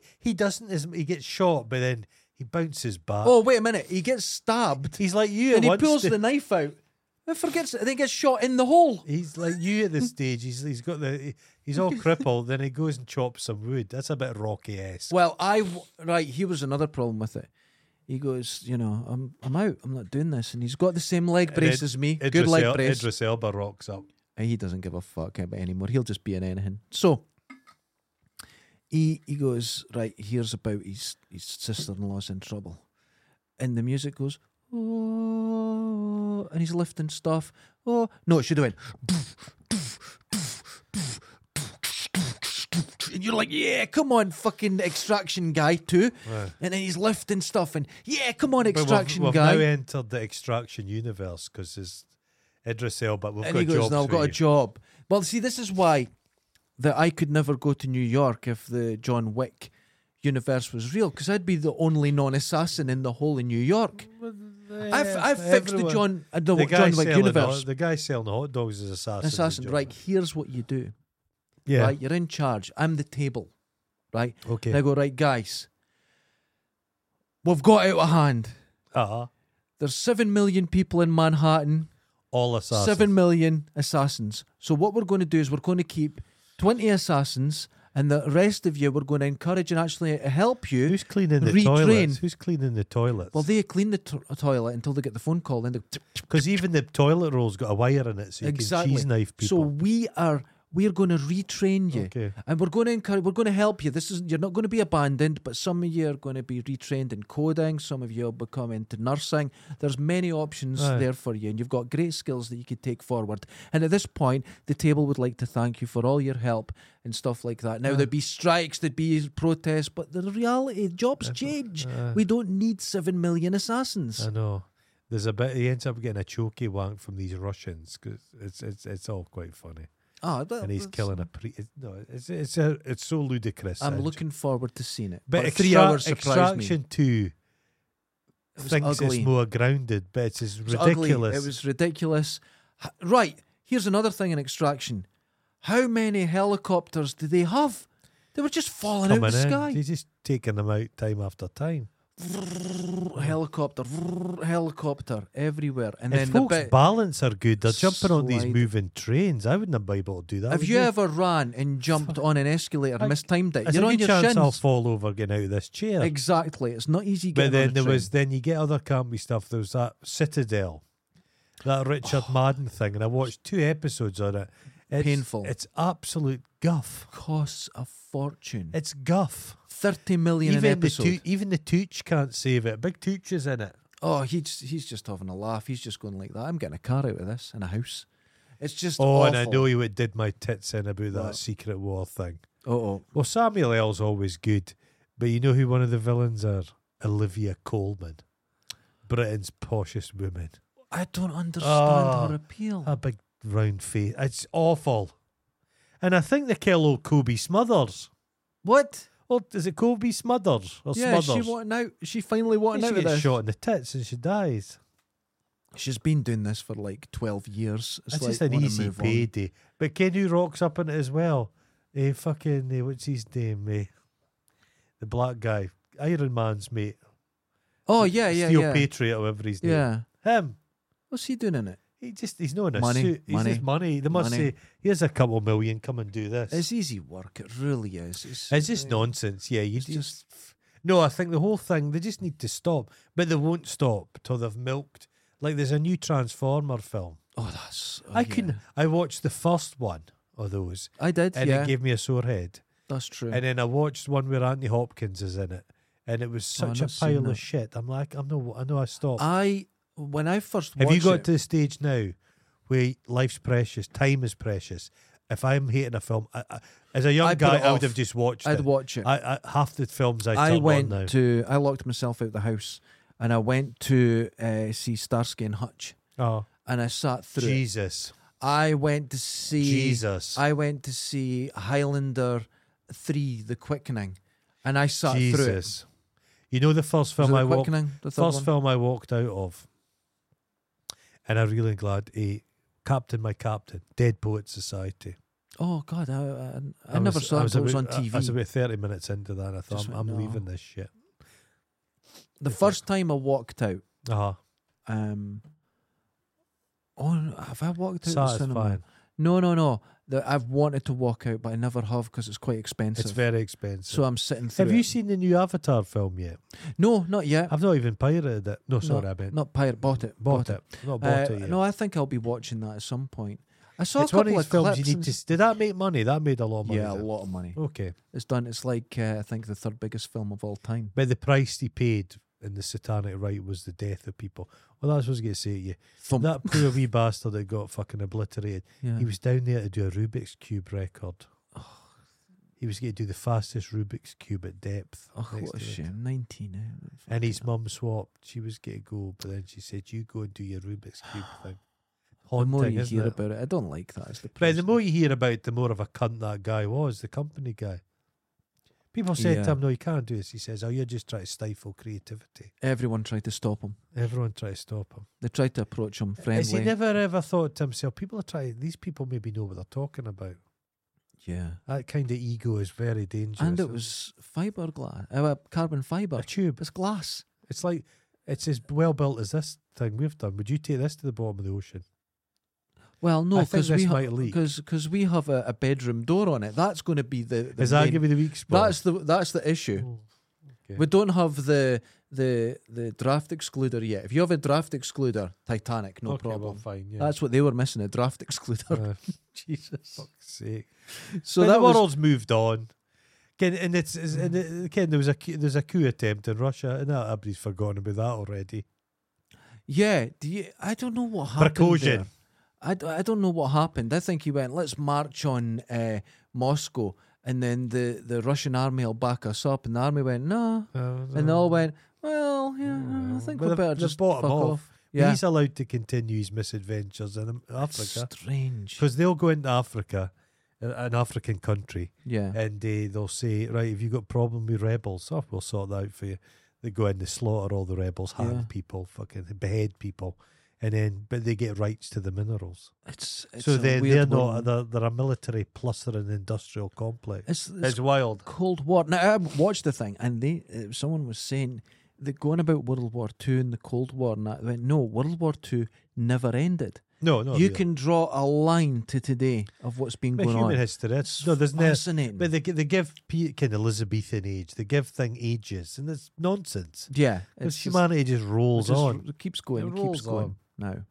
B: he doesn't. Isn't, he gets shot, but then he bounces back.
A: oh wait a minute, he gets stabbed.
B: he's like you. at
A: and he
B: one
A: pulls
B: sta-
A: the knife out and forgets it. and Then gets shot in the hole.
B: He's like you at this stage. He's he's got the he- he's all crippled. then he goes and chops some wood. That's a bit rocky esque.
A: Well, I w- right. Here was another problem with it. He goes, you know, I'm I'm out. I'm not doing this. And he's got the same leg brace as me. Good leg brace.
B: Idris Elba rocks up.
A: And he doesn't give a fuck about it anymore. He'll just be in anything. So he he goes right. Here's about his his sister in law's in trouble, and the music goes. Oh, and he's lifting stuff. Oh no! It should have went. And you're like, yeah, come on, fucking extraction guy too.
B: Right.
A: And then he's lifting stuff, and yeah, come on,
B: But we've-
A: extraction
B: we've,
A: guy.
B: now entered the extraction universe because there's Idris Elba. We've
A: and
B: got
A: he goes,
B: jobs
A: "No, I've
B: for
A: got a
B: you."
A: job." Well, see, this is why that I could never go to New York if the John Wick universe was real, because I'd be the only non-assassin in the whole of New York. I've, I've fixed the
B: everyone-
A: John uh, the,
B: The guy
A: John Wick
B: selling
A: universe.
B: hot- the guy selling the hot dogs is assassin.
A: assassin,
B: John
A: right?
B: Wick.
A: Here's what you do.
B: Yeah.
A: Right, you're in charge. I'm the table. Right.
B: Okay.
A: And I go, right, guys. We've got out of hand.
B: uh-huh.
A: There's seven million people in Manhattan.
B: All assassins.
A: Seven million assassins. So what we're going to do is we're going to keep twenty assassins, and the rest of you we're going to encourage and actually help you.
B: Who's cleaning the
A: Retrain.
B: toilets? Who's cleaning the toilets?
A: well, they clean the to- toilet until they get the phone call. Then they
B: because even the toilet roll's got a wire in it, so you
A: exactly.
B: can cheese knife
A: So
B: people.
A: we are We're going to retrain you,
B: Okay.
A: and we're going to encourage. We're going to help you. This is you're not going to be abandoned, but some of you are going to be retrained in coding. Some of you will become into nursing. There's many options
B: Aye.
A: there for you, and you've got great skills that you could take forward. And at this point, the table would like to thank you for all your help and stuff like that. Now
B: Aye.
A: there'd be strikes, there'd be protests, but the reality jobs change.
B: Aye.
A: we don't need seven million assassins.
B: I know. There's a bit. He ends up getting a chokey wank from these Russians because it's it's it's all quite funny,
A: Ah, that-
B: and he's
A: that's-
B: killing a pre. It, no, it's it's a, it's so ludicrous.
A: I'm
B: and-
A: looking forward to seeing it.
B: But
A: But
B: extra-
A: three hours surprised me.
B: Extraction Two
A: It was
B: thinks
A: ugly.
B: it's more grounded, but it's as
A: It was ugly.
B: ridiculous.
A: It was ridiculous. H- Right. Here's another thing in Extraction. How many helicopters do they have? They were just falling out
B: coming
A: of the
B: in.
A: sky.
B: He's just taking them out time after time.
A: helicopter, helicopter everywhere. And
B: if
A: then the
B: folks'
A: bit,
B: balance are good, they're jumping on these
A: Sliding.
B: moving trains. I wouldn't be able to do that.
A: have
B: would
A: you ever ran and jumped on an escalator
B: I-
A: and mistimed it?
B: There's
A: You're
B: a
A: on
B: good
A: your
B: chance
A: shins.
B: I'll fall over getting out of this chair.
A: Exactly. It's not easy
B: But
A: getting on
B: then
A: a
B: there
A: train.
B: was then you get other campy stuff. There was that Citadel, that Richard
A: Oh.
B: Madden thing, and I watched two episodes on it. It's,
A: Painful.
B: It's absolute guff.
A: costs a fortune.
B: It's guff.
A: 30 million an
B: Even the
A: episode.
B: too, even the Tooch can't save it. Big Tooch is in it.
A: Oh, he's he's just having a laugh. He's just going like that. I'm getting a car out of this and a house. It's just
B: Oh,
A: awful.
B: and I know you would did my tits in about that
A: What?
B: Secret War thing.
A: Oh,
B: Well, Samuel L's always good, but you know who one of the villains are? Olivia Coleman, Britain's poshest woman.
A: I don't understand
B: Oh.
A: her appeal.
B: A big round face. It's awful. And I think they kill old Kobe Smothers.
A: what?
B: Oh, is it Kobe Smothers or
A: Yeah,
B: Smothers?
A: she wanting out. She finally wanting
B: she
A: out of
B: gets
A: this.
B: shot in the tits and she dies.
A: She's been doing this for like twelve years. It's
B: It's
A: like,
B: just an
A: wanna
B: easy
A: move on.
B: payday. But Ken who rocks up in it as well? Eh, fucking, eh, what's his name, eh? The black guy. Iron Man's mate.
A: Oh yeah, yeah,
B: Steel
A: yeah.
B: Patriot or whatever his name.
A: Yeah.
B: Him.
A: What's he doing in it?
B: He just, he's not in a
A: Money,
B: suit. He's
A: money,
B: just money. They must
A: money.
B: say, here's a couple million, come and do this.
A: It's easy work. It really is. It's, uh,
B: It's just nonsense. Yeah, you
A: It's
B: just. No, I think the whole thing they just need to stop, but they won't stop till they've milked. Like there's a new Transformer film.
A: Oh, that's. oh,
B: I
A: yeah.
B: couldn't. I watched the first one of those,
A: I did.
B: and
A: yeah,
B: it gave me a sore head.
A: that's true.
B: And then I watched one where Anthony Hopkins is in it, and it was
A: Oh, I've
B: such a
A: not seen
B: pile
A: that.
B: of shit. I'm like, I'm no, I know I stopped.
A: I when I first
B: Have you
A: watched
B: got
A: it-
B: to the stage now where life's precious, time is precious? If I'm hating a film, I, I, as a young
A: I put
B: guy,
A: it
B: I would
A: off.
B: have just watched
A: I'd
B: it.
A: watch it.
B: I, I, half the films I,
A: I
B: turn
A: went
B: on now.
A: to I locked myself out the house and I went to uh, see Starsky and Hutch
B: oh,
A: and I sat through. it.
B: Jesus.
A: I went to see
B: Jesus.
A: I went to see Highlander three, The Quickening, and I sat through it.
B: Jesus. You know the first
A: Was it
B: film I
A: the
B: walked
A: Quickening, the third
B: first
A: one?
B: film I walked out of, and I'm really glad. A Captain, my Captain, Dead Poet Society.
A: Oh God, I, I, I never saw it.
B: was
A: until It was on
B: about- I, I was
A: TV.
B: about thirty minutes into that. And I thought
A: Just
B: I'm,
A: went,
B: I'm
A: "No."
B: leaving this shit.
A: the first time I walked out,
B: Uh huh.
A: um, on have I walked out the cinema?
B: Satisfying.
A: No, no, no. The, I've wanted to walk out, but I never have because it's quite expensive.
B: It's very expensive.
A: so I'm sitting through.
B: have you
A: it.
B: seen the new Avatar film yet?
A: No, not yet.
B: I've not even pirated it. No, sorry, I meant
A: Not pirate, bought it.
B: bought it. Not bought
A: Uh,
B: it yet.
A: No, I think I'll be watching that at some point. I saw
B: it's
A: a
B: one
A: couple
B: of these
A: of
B: films you
A: clips
B: need
A: and-
B: to. s- Did that make money? That made a lot of money.
A: yeah, a
B: did it?
A: lot of money.
B: Okay.
A: It's done. It's like uh, I think the third biggest film of all time.
B: But the price he paid in the satanic rite was the death of people. Well, that's what I was going to say to you.
A: Thump.
B: That poor wee bastard that got fucking obliterated.
A: yeah.
B: He was down there to do a Rubik's Cube record. He was going to do the fastest Rubik's Cube at depth.
A: oh,
B: next
A: what a
B: to it.
A: shame. Nineteen. eh?
B: And his mum swapped. She was going to go, but then she said, You go and do your Rubik's Cube thing.
A: The
B: Haunting,
A: more you
B: isn't
A: hear
B: it?
A: about it, I don't like that. It's the
B: But the more you hear about it, the more of a cunt that guy was, the company guy. People said
A: Yeah.
B: to him, No, you can't do this. He says, Oh, you're just trying to stifle creativity.
A: everyone tried to stop him.
B: Everyone tried to stop him.
A: They tried to approach him
B: Has he
A: friendly.
B: never ever thought to himself, people are trying, these people maybe know what they're talking about?
A: yeah.
B: That kind of ego is very dangerous.
A: And it
B: isn't
A: was fiberglass, uh, carbon
B: a
A: fiber.
B: tube.
A: It's glass.
B: It's like, it's as well built as this thing we've done. Would you take this to the bottom of the ocean?
A: Well, no,
B: I think
A: because
B: this
A: we
B: might leak.
A: because we have a, a bedroom door on it. That's going to be the, the
B: Is that
A: main-
B: give you the Oh, weak spot? Mm,
A: That's the that's the issue.
B: Okay.
A: We don't have the the the draft excluder yet. If you have a draft excluder, Titanic, no
B: Okay, well,
A: problem.
B: fine. Yeah.
A: That's what they were missing, a draft excluder.
B: Uh,
A: Jesus.
B: fuck's sake.
A: So
B: But
A: that
B: the
A: was Mm.
B: world's moved on. Ken, and it's, it's and it, Ken, there was a coup- there's a coup attempt in Russia, and that everybody's forgotten about that already.
A: Yeah, do you, I don't know what happened.
B: Prigozhin.
A: there. I, d- I don't know what happened. I think he went, let's march on uh, Moscow. And then the, the Russian army will back us up. And the army went, Oh, no. And they all went, well, yeah, I
B: well,
A: think
B: but
A: we
B: they've-
A: better
B: they've
A: just
B: bought 'em
A: fuck off.
B: off.
A: Yeah.
B: He's allowed to continue his misadventures in um, Africa
A: Strange.
B: because they'll go into Africa, uh, an African country,
A: Yeah.
B: and uh, they'll say, right, if you got problem with rebels, oh, we'll sort that out for you. They go in, they slaughter all the rebels, hang
A: Yeah.
B: people, fucking behead people, and then but they get rights to the minerals.
A: It's, it's
B: so
A: a
B: they
A: weird
B: they're
A: one.
B: not they're, they're a military plus they're an industrial complex.
A: It's, it's
B: It's wild.
A: Cold War. Now I watched the thing, and they uh, someone was saying that going about World War Two and the Cold War, and that, I went, no, World War Two never ended.
B: No, no.
A: you
B: Oh, yeah.
A: can draw a line to today of what's been
B: But
A: going
B: human
A: on.
B: history. It's, no, there's no.
A: Fascinating.
B: But they gi- they give pe- kind of Elizabethan age. They give thing ages, and it's nonsense.
A: yeah,
B: Because
A: just-
B: humanity just
A: it
B: rolls
A: just
B: on.
A: r- keeps going,
B: It
A: it keeps
B: rolls
A: going.
B: on.
A: Now,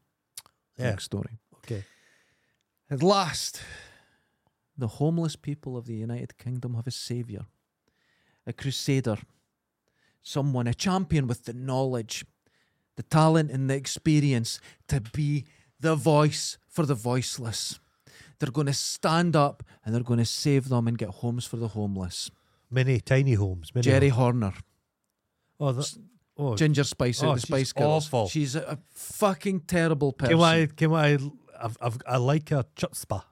B: Yeah.
A: next story.
B: Okay.
A: At last, the homeless people of the United Kingdom have a saviour, a crusader, someone, a champion with the knowledge, the talent, and the experience to be the voice for the voiceless. They're going to stand up and they're going to save them and get homes for the homeless.
B: Many tiny homes. Many
A: Jerry
B: homes.
A: Horner,
B: Oh, that, oh.
A: Ginger Spice out
B: Oh,
A: of the
B: she's
A: Spice Girls.
B: awful.
A: She's a, a fucking terrible person.
B: Can I? Can I? I've, I've, I like her chutzpah.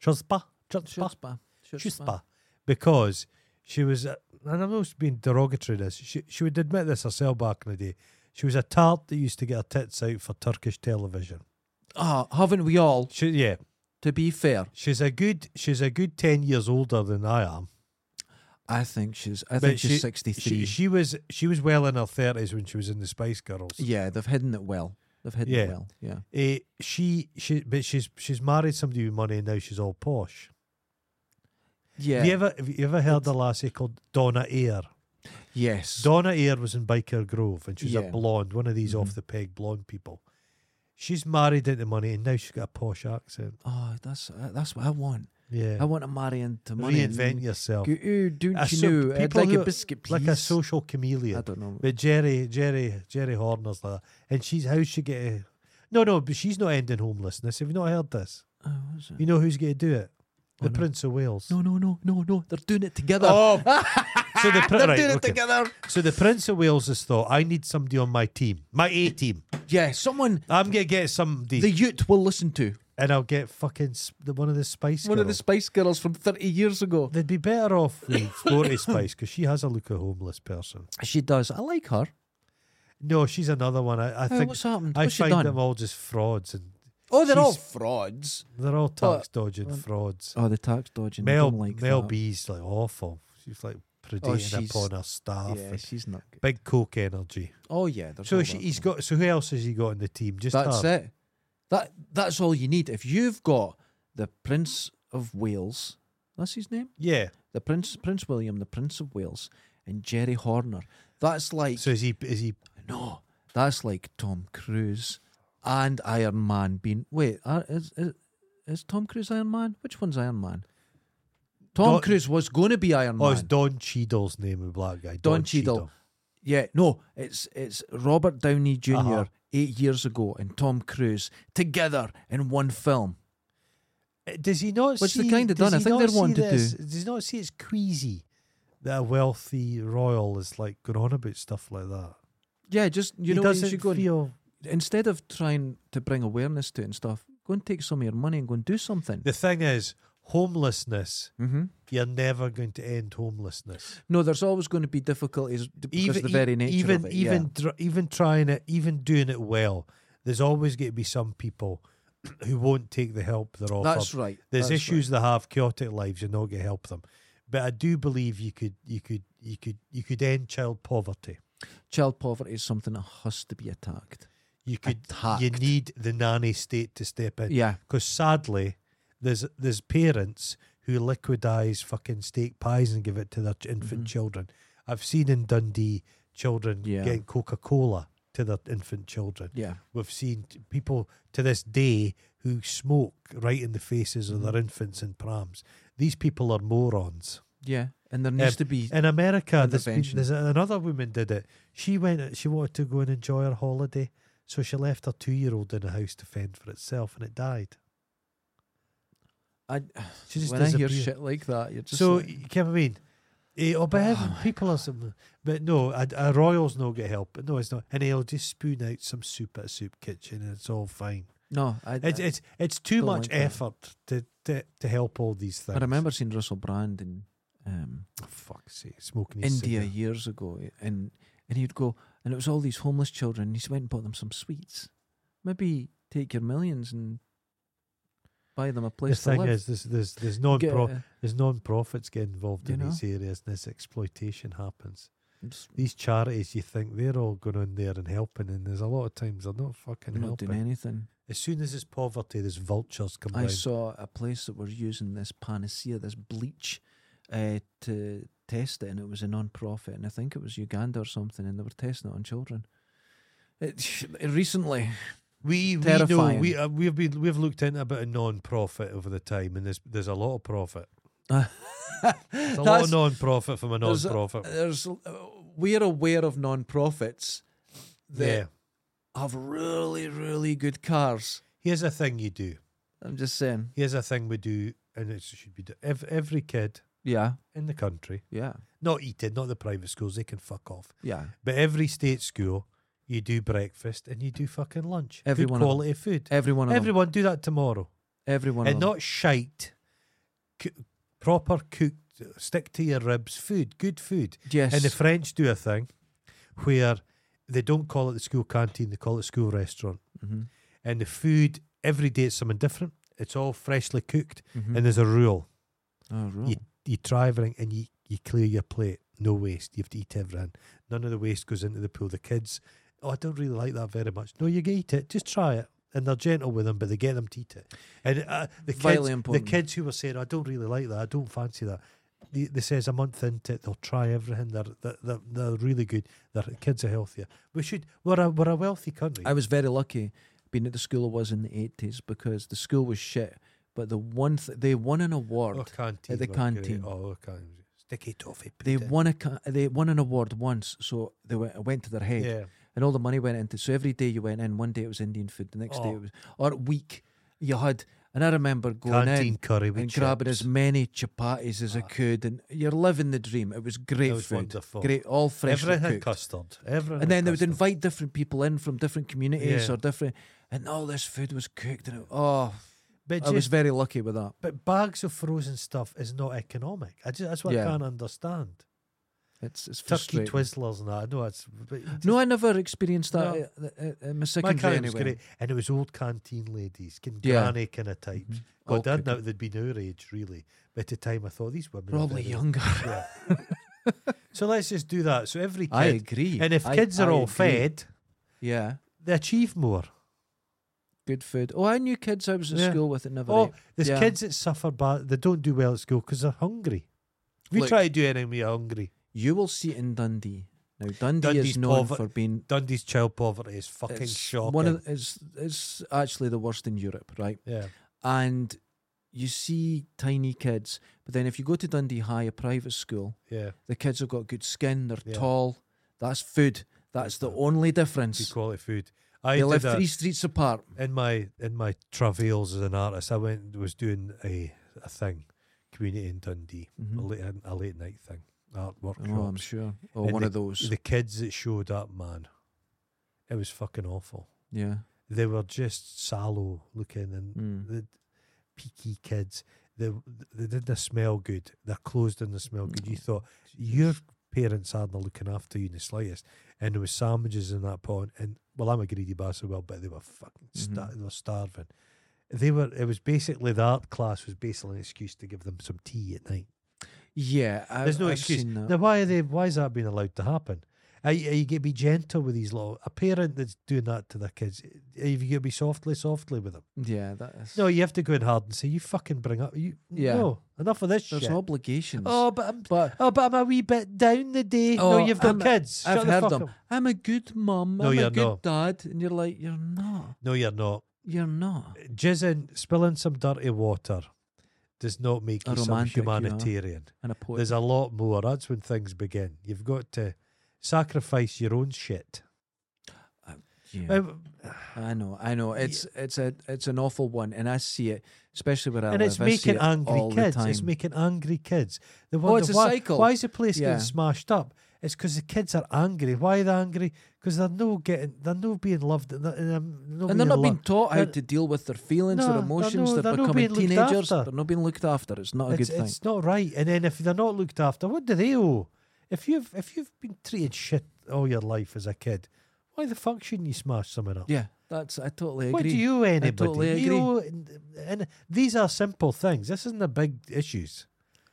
B: Chutzpah. Chutzpah.
A: Chutzpah. Chutzpah.
B: Chutzpah. Because she was, uh, a- and I'm not being derogatory to this, she, she would admit this herself back in the day. She was a tart that used to get her tits out for Turkish television.
A: Ah, haven't we all,
B: She, yeah,
A: to be fair?
B: she's a good, she's a good 10 years older than I am.
A: I think she's. I think she's sixty-three.
B: She, she was she was well in her thirties when she was in the Spice Girls.
A: yeah, they've hidden it well. They've hidden it
B: Yeah.
A: well. Yeah.
B: Eh, she she but she's she's married somebody with money and now she's all posh.
A: Yeah.
B: Have you ever have you ever heard a lassie called Donna Eyre?
A: yes.
B: Donna Eyre was in Biker Grove and she's
A: Yeah. Mm-hmm.
B: a blonde, one of these off the peg blonde people. She's married into money and now she's got a posh accent.
A: oh, that's uh, that's what I want.
B: Yeah.
A: I want to marry into money. and
B: Reinvent yourself.
A: Go, "Ooh, don't
B: A
A: you
B: so-
A: know? I'd
B: people
A: like
B: who
A: a
B: are-
A: biscuit, please.
B: Like a social chameleon.
A: I don't know.
B: But Jerry, Jerry, Jerry Horner's like that. And she's how's she getting No, no, but she's not ending homelessness. Have you not heard this?
A: Oh, what's it?
B: You know who's gonna do it?
A: Oh,
B: The
A: no.
B: Prince of Wales.
A: No, no, no, no, no. They're doing it together.
B: Oh so the
A: Ah, They're
B: prin- right,
A: doing it
B: okay.
A: together.
B: So the Prince of Wales has thought, I need somebody on my team. My A team.
A: Yeah, someone
B: I'm gonna get somebody
A: the youth will listen to.
B: and I'll get fucking sp- the, one of the Spice
A: One of the
B: Girls.
A: Spice Girls from thirty years ago.
B: They'd be better off with Forty Spice because she has a look a homeless person.
A: She does. I like her.
B: No, she's another one. I, I
A: Oh,
B: think
A: what's happened?
B: I
A: What's she
B: find
A: done?
B: them all just frauds and
A: Oh, they're all
B: she's-
A: frauds.
B: they're all
A: But-
B: tax dodging frauds.
A: Oh, the tax dodging. I
B: Mel
A: don't like
B: Mel
A: that. Oh,
B: B's like awful. She's like predating
A: she's-
B: upon her staff.
A: Yeah,
B: and
A: she's not good.
B: Big coke energy.
A: Oh yeah. there's
B: So
A: all
B: she,
A: that
B: he's
A: going
B: got. So who else has he got in the team? Just
A: on. That's
B: her.
A: it. That that's all you need. If you've got the Prince of Wales, that's his name,
B: Yeah.
A: the Prince Prince William, the Prince of Wales, and Jerry Horner. That's like
B: So is he? Is he?
A: no, that's like Tom Cruise and Iron Man being. Wait, are, is, is is Tom Cruise Iron Man? Which one's Iron Man? Tom
B: Don-
A: Cruise was going to be Iron
B: Oh,
A: Man.
B: it's Don Cheadle's name, the black guy.
A: Don Cheadle. Yeah, no, it's it's Robert Downey junior
B: Uh-huh.
A: eight years ago and Tom Cruise together in one film.
B: Uh, Does he not?
A: Which they
B: see,
A: kinda
B: does
A: done. I
B: he
A: think
B: not
A: they're
B: see
A: wanting to
B: this-
A: do-
B: Does he not see it's queasy that a wealthy royal is like going on about stuff like that?
A: Yeah, just you
B: he
A: know, you
B: doesn't
A: should go and-
B: feel.
A: instead of trying to bring awareness to it and stuff, go and take some of your money and go and do something.
B: The thing is, homelessness.
A: hmm
B: You're never going to end homelessness.
A: No, there's always going to be difficulties d- because of the
B: e-
A: very nature
B: even
A: of it.
B: even
A: yeah.
B: dr- even trying it, even doing it well, there's always going to be some people who won't take the help they're offered.
A: that's right.
B: There's
A: that's
B: issues that have chaotic lives, you're not going to help them. But I do believe you could you could you could you could end child poverty.
A: right. Child poverty is something that has to be attacked.
B: You could you
A: Attacked.
B: need the nanny state to step in.
A: Yeah.
B: Because sadly, there's there's parents who liquidize fucking steak pies and give it to their ch- infant children. I've seen in Dundee children
A: Mm-hmm. Yeah.
B: getting Coca Cola to their infant children.
A: Yeah.
B: We've seen t- people to this day who smoke right in the faces of
A: Mm-hmm.
B: their infants in prams. These people are morons.
A: Yeah. And there needs
B: Um,
A: to be.
B: In America, there's, been,
A: Intervention.
B: there's another woman did it. She went. She wanted to go and enjoy her holiday, so she left her two-year-old in a house to fend for itself, and it died.
A: I,
B: She just
A: when I hear
B: disappeared.
A: shit like that, you're just.
B: so
A: like-
B: you get what I mean? Eh, oh, but
A: Oh
B: heaven, people are some, but no, a, a royal's no get help. But no, it's not, and he'll just spoon out some soup at a soup kitchen, and it's all fine.
A: no, I,
B: It's
A: I,
B: it's it's too
A: don't
B: much
A: like that.
B: effort to, to to help all these things.
A: I remember seeing Russell Brand in um,
B: oh, fuck's sake, smoking his
A: India
B: cigarette.
A: years ago, and and he'd go, and it was all these homeless children. And he went and bought them some sweets. Maybe take your millions and buy them a
B: The
A: place to
B: thing
A: live.
B: is, there's there's there's non
A: Get
B: pro
A: a-
B: there's non profits get involved
A: You
B: in
A: know?
B: these areas, and this exploitation happens.
A: it's
B: These charities, you think they're all going on there and helping, and there's a lot of times they're not fucking
A: not
B: helping.
A: doing anything.
B: As soon as it's poverty, there's vultures come
A: I
B: down.
A: saw a place that were using this panacea, this bleach, uh, to test it, and it was a non-profit, and I think it was Uganda or something, and they were testing it on children. It, recently,
B: We we know
A: Terrifying.
B: we uh, we've been we've looked into a bit of non-profit over the time, and there's there's a lot of profit. There's a lot
A: That's-
B: of non-profit from a
A: there's a-
B: non-profit.
A: there's uh, we're aware of non-profits that
B: yeah.
A: have really, really good cars.
B: Here's a thing you do.
A: I'm just saying.
B: Here's a thing we do, and it should be do- ev- every kid
A: Yeah,
B: in the country,
A: yeah,
B: not Eton, not the private schools, they can fuck off.
A: yeah.
B: But every state school, you do breakfast and you do fucking lunch.
A: Every
B: Good
A: one of them.
B: quality food.
A: Everyone, everyone,
B: Everyone do that tomorrow.
A: everyone,
B: and not shite. Coo- proper cooked, stick to your ribs food, good food.
A: yes,
B: And the French do a thing where they don't call it the school canteen, they call it school restaurant.
A: Mhm,
B: And the food, every day it's something different. It's all freshly cooked.
A: mhm.
B: And there's a rule
A: oh, right.
B: you try everything and you, you clear your plate. No waste. You have to eat everything. None of the waste goes into the pool. The kids, oh, I don't really like that very much. No, you can eat it. Just try it. And they're gentle with them, but they get them to eat it. And uh, the kids,
A: Vitally
B: the
A: important.
B: kids who were saying, I don't really like that. I don't fancy that. They, they says a month into it, they'll try everything. They're they're, they're, they're really good. Their kids are healthier. We should. We're a we're a wealthy country.
A: I was very lucky being at the school I was in the 80s because the school was shit. But the one th- they won an award.
B: oh, canteen.
A: at the
B: were great.
A: canteen.
B: Oh, canteen. Sticky toffee.
A: They
B: pudding.
A: won a ca- they won an award once, so they went, it went to their head,
B: Yeah.
A: and all the money went into. So every day you went in, one day it was Indian food, the next day
B: Oh.
A: it was or week you had. And I remember going
B: Canteen
A: in
B: curry with
A: and grabbing
B: chips.
A: as many chapatis as I could, and you're living the dream. It was great
B: That was
A: food,
B: wonderful.
A: great, all fresh
B: Everything
A: cooked.
B: custard. Everything.
A: And then they would
B: custard.
A: invite different people in from different communities
B: Yeah.
A: or different, and all this food was cooked. And it, oh,
B: But,
A: I was
B: just-
A: very lucky with that.
B: but bags of frozen stuff is not economic. I just that's what
A: Yeah.
B: I can't understand.
A: It's it's
B: Turkey
A: frustrating.
B: Twizzlers and that. I know it's but you just-
A: No, I never experienced that
B: No.
A: uh, uh, uh, in my
B: my
A: secondary
B: canteen
A: anyway.
B: was great, and it was old canteen ladies, kin-
A: Yeah.
B: granny kind of types.
A: Mhm. All
B: God, I'd
A: cooking.
B: now they'd be our age really. But at the time, I thought these women are
A: Probably
B: very-
A: younger.
B: Yeah. so let's just do that. So every kid,
A: I agree.
B: and if
A: I-
B: kids are
A: I
B: all
A: agree.
B: fed,
A: yeah,
B: they achieve more.
A: good food. Oh, I knew kids I was at
B: Yeah.
A: school with that never
B: Oh,
A: ate.
B: there's
A: Yeah.
B: kids that suffer bad. They don't do well at school because they're hungry. If you
A: Look-
B: try to do anything, when you're hungry.
A: You will see in Dundee. Now Dundee
B: Dundee's
A: is known
B: pover-
A: for being
B: Dundee's child poverty is fucking
A: it's
B: shocking.
A: One of it's it's actually the worst in Europe, right?
B: yeah,
A: And you see tiny kids, but then if you go to Dundee High, a private school,
B: yeah.
A: the kids have got good skin. They're
B: Yeah.
A: tall. That's food. That's the
B: food.
A: only
B: Good
A: difference.
B: quality food. I
A: They
B: did
A: live
B: a-
A: three streets apart.
B: in my in my travails as an artist. I went was doing a a thing, community in Dundee, a,
A: Mhm.
B: late, a late night thing, art workshops.
A: Oh, I'm sure. Oh,
B: And
A: one of those.
B: The kids that showed up, man, it was fucking awful.
A: yeah.
B: They were just sallow looking and
A: Mm.
B: the peaky kids. They they didn't smell good. Their clothes didn't smell good. You thought your parents aren't looking after you in the slightest. And there was sandwiches in that pond. And well, I'm a greedy bastard, well, but they were fucking sta-
A: Mhm.
B: they were starving. They were. It was basically the art class was basically an excuse to give them some tea at night.
A: Yeah. I,
B: There's no
A: I've
B: excuse.
A: seen that.
B: Now, why are they? Why is that being allowed to happen? I, I, you got to be gentle with these little. A parent that's doing that to their kids, you got to be softly, softly with them.
A: Yeah, that is.
B: No, you have to go in hard and say, "You fucking bring up you."
A: Yeah.
B: No, enough of this
A: there's
B: shit.
A: obligations.
B: Oh, but I'm.
A: but
B: Oh, but I'm a wee bit down the day. no,
A: Oh,
B: you've got
A: I'm-
B: kids.
A: I've
B: Shut the
A: heard
B: fuck
A: them.
B: up.
A: I'm a good mum.
B: No,
A: I'm
B: you're
A: a good
B: not.
A: dad, and you're like, you're not.
B: No, you're not.
A: You're not.
B: Jizz in, spilling some dirty water does not make
A: A
B: you some
A: romantic you are.
B: humanitarian.
A: And a poet.
B: There's a lot more. That's when things begin. You've got to sacrifice your own shit.
A: Yeah.
B: Uh,
A: I know, I know. It's it's a it's an awful one, and I see it, especially where I
B: and
A: live.
B: it's
A: I see
B: making
A: it
B: angry
A: all the
B: kids. It's
A: time.
B: making angry kids. They
A: Oh,
B: wonder
A: it's a
B: why,
A: cycle.
B: Why is the place
A: Yeah.
B: getting smashed up? It's because the kids are angry. Why are they angry? Because they're no getting, they're no being loved, and they're, and they're not
A: and they're
B: being
A: not
B: lo-
A: being taught how
B: They're-
A: to deal with their feelings,
B: No,
A: their
B: they're
A: emotions.
B: no-
A: They're,
B: they're not
A: becoming
B: being looked
A: teenagers.
B: after.
A: They're not being looked after. It's not a
B: it's,
A: good thing.
B: it's not right. And then if they're not looked after, what do they owe? If you've if you've been treated shit all your life as a kid, why the fuck shouldn't you smash someone up?
A: Yeah, that's. I totally agree.
B: What do you owe anybody?
A: totally
B: You owe- and these are simple things. This isn't the big issues.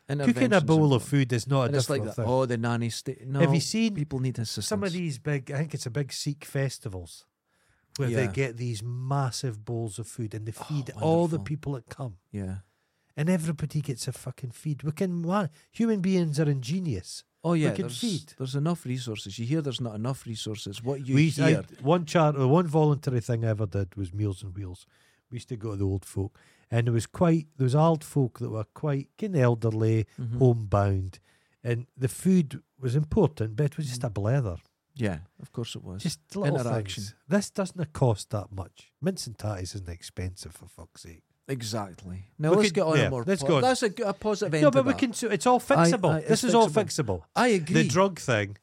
B: Cooking a
A: Interventions
B: bowl of
A: important.
B: food is not a
A: And it's like
B: difficult
A: that.
B: thing.
A: Oh, the nanny state. No,
B: Have you seen
A: people need assistance?
B: some of these big? I think it's a big Sikh festivals where they
A: Yeah.
B: get these massive bowls of food and they
A: Oh,
B: feed all the
A: wonderful.
B: people that come.
A: Yeah.
B: And everybody gets a fucking feed. We can, man, human beings are ingenious.
A: Oh yeah.
B: can
A: there's,
B: feed.
A: there's enough resources. You hear there's not enough resources. What you
B: we, I,
A: hear?
B: one char- uh, one voluntary thing I ever did was Meals and Wheels. We used to go to the old folk, and there was quite there was old folk that were quite kind of elderly,
A: Mhm.
B: homebound, and the food was important, but it was
A: Mm.
B: just a blether,
A: Yeah, of course it was.
B: just little
A: Interaction.
B: things. This doesn't cost that much. Mince and tatties isn't expensive for fuck's sake.
A: Exactly. Now
B: We
A: let's
B: could-
A: get on
B: yeah,
A: a more.
B: let's
A: po-
B: go on.
A: That's a, g- a positive end.
B: no,
A: to
B: but we
A: that.
B: can. so It's all fixable.
A: I-
B: this
A: it's
B: is all
A: fixable.
B: fixable.
A: I agree.
B: The drug thing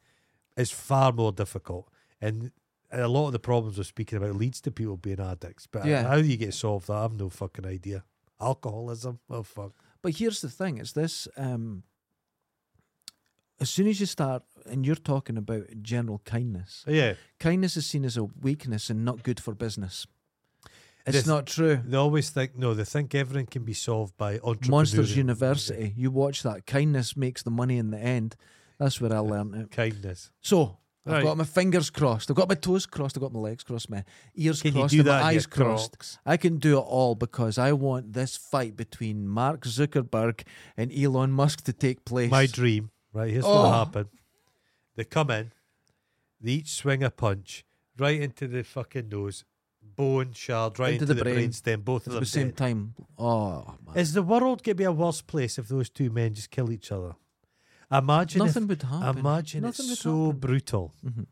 B: is far more difficult, and a lot of the problems we're speaking about leads to people being addicts. But
A: Yeah.
B: how do you get solved? That I've no fucking idea. Alcoholism. Oh fuck.
A: But here's the thing: is this um, as soon as you start, and you're talking about general kindness,
B: Yeah,
A: kindness is seen as a weakness and not good for business. It's
B: This-
A: not true.
B: they always think no. They think everything can be solved by entrepreneurial.
A: Monsters University, you watch that. Kindness makes the money in the end. That's where I learned it.
B: kindness.
A: So I've
B: Right.
A: got my fingers crossed. I've got my toes crossed. I've got my legs crossed. My ears
B: Can
A: crossed.
B: you
A: and
B: do that?
A: my
B: in your
A: eyes crossed.
B: Crocs?
A: I can do it all because I want this fight between Mark Zuckerberg and Elon Musk to take place.
B: My dream. Right here's
A: Oh.
B: what happened. They come in. They each swing a punch right into the fucking nose, bone shard right
A: Into the
B: into, the,
A: brain.
B: brainstem. Both
A: at
B: of
A: the
B: them
A: same
B: dead.
A: time. Oh, man.
B: Is the world going to be a worse place if those two men just kill each other? Imagine
A: nothing
B: if,
A: would happen.
B: imagine
A: Nothing would
B: it's so
A: happen.
B: brutal.
A: Mhm.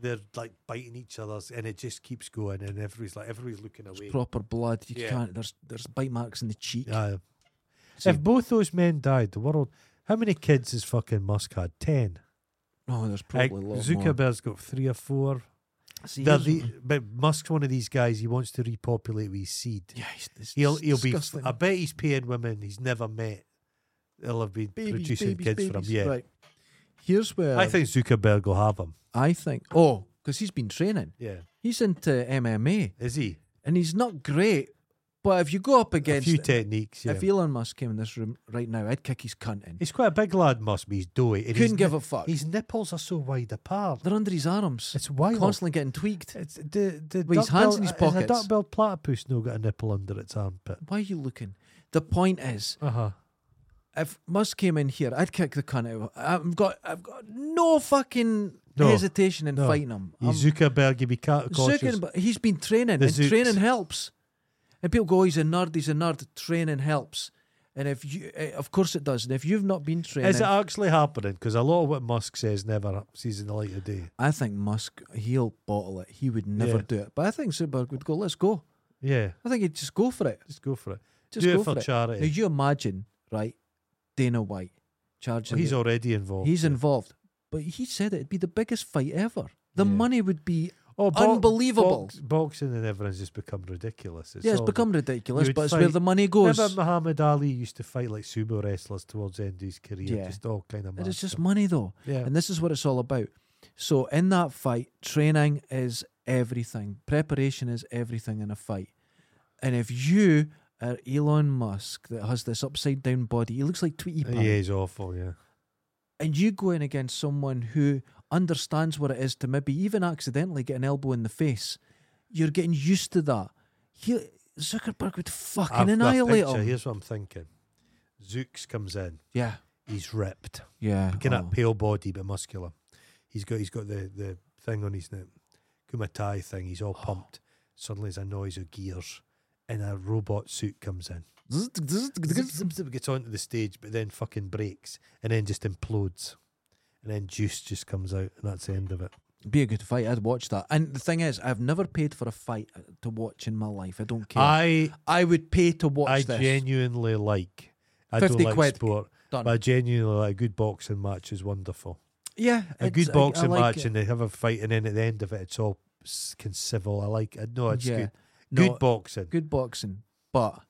B: They're like biting each other's, and it just keeps going, and everybody's like everybody's looking away.
A: proper blood. You
B: Yeah.
A: can't. There's there's bite marks in the cheek.
B: Aye.
A: See-
B: if both those men died, the world. How many kids has fucking Musk had? Ten.
A: Oh, there's
B: Like,
A: probably a lot more.
B: Zuckerberg's got three or four.
A: See,
B: They're
A: here's
B: the,
A: what-
B: but Musk's one of these guys. He wants to repopulate with his seed.
A: yeah, he's, this
B: He'll
A: is
B: he'll
A: disgusting.
B: be. I bet he's paying women he's never met. He'll have been
A: Babies,
B: producing
A: babies,
B: kids for him.
A: babies.
B: Yeah.
A: Right. Here's where
B: I think Zuckerberg will have him.
A: I think. Oh, because he's been training.
B: Yeah.
A: He's into MMA,
B: Is he?
A: and he's not great. But if you go up
B: A
A: against
B: few techniques. Yeah.
A: If Elon Musk came in this room right now, I'd kick his cunt in.
B: he's quite a big lad, must be. He's doughy. and
A: Couldn't
B: his
A: give
B: ni-
A: a fuck.
B: His nipples are so wide apart.
A: They're under his arms.
B: It's wild.
A: constantly getting tweaked.
B: It's the, the
A: With his hands in his
B: Has a
A: pockets.
B: duck-billed platypus no got a nipple under its armpit?
A: Why are you looking? The point is,
B: Uh huh.
A: if Musk came in here, I'd kick the cunt out. I've got, I've got no fucking
B: No,
A: hesitation in
B: no.
A: fighting him. I'm
B: Zuckerberg, you be ca- cautious.
A: Um, Zuckerberg- he's been training,
B: The
A: and
B: Zooks.
A: training helps. And people go, "Oh, he's a nerd. He's a nerd. Training helps. And if you, eh, of course, it does. And if you've not been training,
B: Is it actually happening? Because a lot of what Musk says never sees in the light of day.
A: I think Musk he'll bottle it. He would never
B: Yeah.
A: do it. But I think Zuckerberg would go, "Let's go."
B: Yeah,
A: I think he'd just go for it.
B: just go for it.
A: Just
B: Do
A: go
B: it for,
A: for it. Now
B: charity.
A: you imagine, right? Dana White charging.
B: Well, he's
A: the-
B: already involved.
A: he's involved, but he said it'd be the biggest fight ever. The
B: Yeah.
A: money would be
B: oh, bo-
A: unbelievable.
B: box- boxing and everything's just become ridiculous.
A: yeah, it's
B: all-
A: become ridiculous,
B: you'd
A: but it's where
B: fight-
A: the money goes,
B: Remember Muhammad Ali used to fight like sumo wrestlers towards the end of his career,
A: Yeah.
B: just all kind of.
A: and
B: mad
A: it's just
B: stuff.
A: money though.
B: yeah,
A: And this is what it's all about. So in that fight, training is everything. Preparation is everything in a fight. And if you are Elon Musk that has this upside down body, he looks like Tweety
B: Uh,
A: Pie
B: yeah, he's awful. Yeah,
A: and you go in against someone who understands what it is to maybe even accidentally get an elbow in the face, you're getting used to that. He, Zuckerberg would fucking
B: I've got a
A: annihilate
B: picture.
A: him.
B: Here's what I'm thinking. Zooks comes in.
A: Yeah,
B: He's ripped.
A: yeah.
B: Looking
A: oh.
B: at pale body but muscular. He's got he's got the, the thing on his neck. Kumatai thing. He's
A: Oh.
B: all pumped. Suddenly there's a noise of gears and a robot suit comes in. Zip, zip, zip, gets onto the stage but then fucking breaks and then just implodes. And then juice just comes out and that's the end of it.
A: Be a good fight. I'd watch that. And the thing is, I've never paid for a fight uh, to watch in my life. I don't care. I,
B: I
A: would pay to watch
B: I
A: this.
B: genuinely like I
A: 50
B: don't like
A: quid.
B: sport.
A: Done.
B: But I genuinely like a good boxing match is wonderful.
A: yeah,
B: a
A: it's-
B: good
A: I- I
B: boxing
A: like
B: match
A: it.
B: and they have a fight and then at the end of it it's all s- can civil. I like it. No, it's
A: Yeah.
B: good.
A: No,
B: good boxing.
A: good boxing, but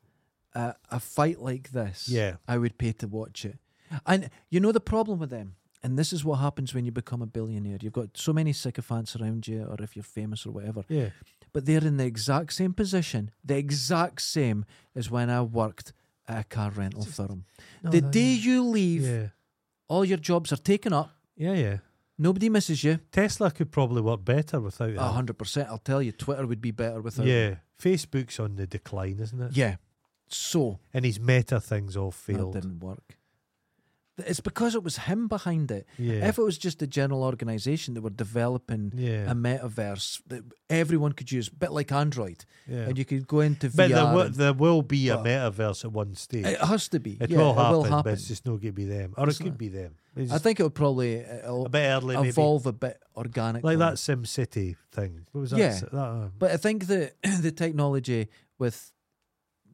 A: uh, a fight like this,
B: Yeah.
A: I would pay to watch it. And you know the problem with them, and this is what happens when you become a billionaire. You've got so many sycophants around you, or if you're famous or whatever.
B: Yeah.
A: But they're in the exact same position, the exact same as when I worked at a car rental firm. the day you leave,
B: Oh, Yeah.
A: all your jobs are taken up.
B: Yeah, yeah.
A: Nobody misses you.
B: Tesla could probably work better without it.
A: A hundred percent. I'll tell you, Twitter would be better without. it.
B: yeah. Facebook's on the decline, isn't it?
A: yeah. So
B: And his meta things all
A: That
B: failed.
A: didn't work. Th- It's because it was him behind it.
B: Yeah.
A: If it was just a general organization that were developing
B: yeah.
A: a metaverse that everyone could use, a bit like Android,
B: yeah.
A: and you could go into
B: but
A: VR.
B: there, will,
A: and-
B: there will be a
A: but-
B: metaverse at one stage.
A: it has to be.
B: It
A: yeah,
B: will,
A: it
B: happen,
A: will
B: but
A: happen.
B: it's just not going to be them. Or it
A: It's
B: could
A: not.
B: be them. It's
A: I
B: just
A: think it will probably it'll
B: a bit early, maybe.
A: evolve a bit organically.
B: Like that Sim City thing. What was that?
A: Yeah.
B: that uh,
A: But I think that the technology with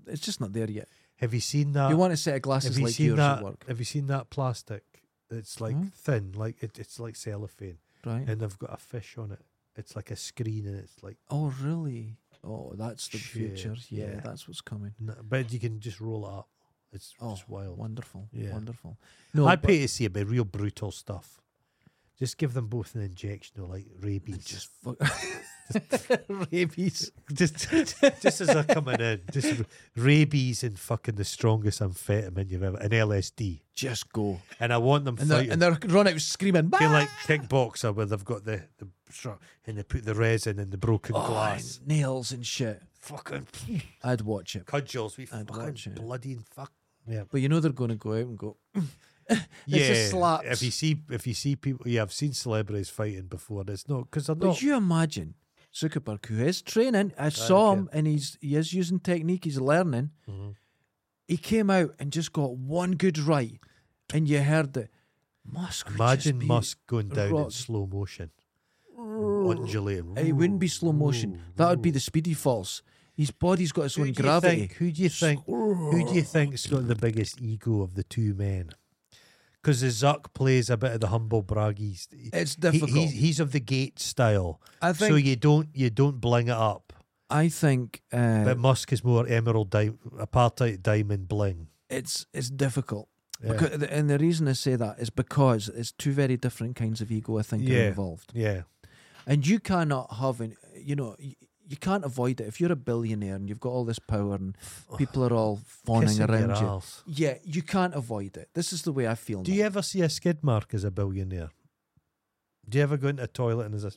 A: it's just not there yet.
B: have you seen that?
A: Uh, you want a set of glasses
B: have you
A: like
B: seen
A: yours
B: that?
A: at work,
B: Have you seen that plastic? It's like
A: Hmm?
B: thin, like it, it's like cellophane,
A: right?
B: and they've got a fish on it. It's like a screen, and it's like,
A: oh, really? Oh, that's the
B: Shit,
A: future. yeah,
B: yeah.
A: that's what's coming.
B: n- but you can just roll it up. It's
A: Oh,
B: just wild.
A: Wonderful.
B: Yeah.
A: Wonderful. No,
B: I
A: but
B: pay to see it, but real brutal stuff. Just give them both an injection of like rabies.
A: just fuck rabies.
B: just, just as they're coming in, just rabies and fucking the strongest amphetamine you've ever, and LSD.
A: Just go.
B: And I want them
A: And they're,
B: fighting.
A: and they're run out screaming.
B: Feel
A: "Bah!"
B: like kickboxer where they've got the, the stru- and they put the resin and the broken
A: Oh,
B: glass.
A: and nails and shit.
B: Fucking
A: I'd watch it.
B: cudgels, we
A: I'd watch
B: fucking
A: it.
B: bloody and fuck. Yeah,
A: But you know they're going to go out and go.
B: yeah.
A: just slaps.
B: If you see, if you see people, yeah, I've seen celebrities fighting before. and It's not because they're
A: But
B: not.
A: you imagine Zuckerberg, who is training. I saw him,
B: okay.
A: and he's he is using technique. He's learning.
B: Mhm.
A: He came out and just got one good right, and you heard that Musk. would just
B: Imagine
A: be-
B: Musk going down in
A: rock-
B: slow motion, undulating.
A: It wouldn't be slow motion. That would be the speedy falls. His body's got its
B: Who
A: own
B: do you
A: gravity.
B: think? Who do you think? Who do you think's got the biggest ego of the two men? Because the Zuck plays a bit of the humble brag. He's, he-
A: It's
B: he-
A: difficult.
B: he's, he's of the gate style,
A: I
B: so
A: think.
B: you don't you don't bling it up.
A: I think uh,
B: But Musk is more emerald di- apartheid diamond bling.
A: it's it's difficult.
B: Yeah.
A: Because, and the reason I say that is because it's two very different kinds of ego. I think
B: Yeah.
A: are involved,
B: yeah,
A: and you cannot have an you know you, you can't avoid it if you're a billionaire and you've got all this power and people are all fawning
B: Kissing your
A: around you.
B: arse.
A: Yeah, you can't avoid it. This is the way I feel.
B: Do
A: now.
B: you ever see a skid mark as a billionaire? Do you ever go into a toilet and there's a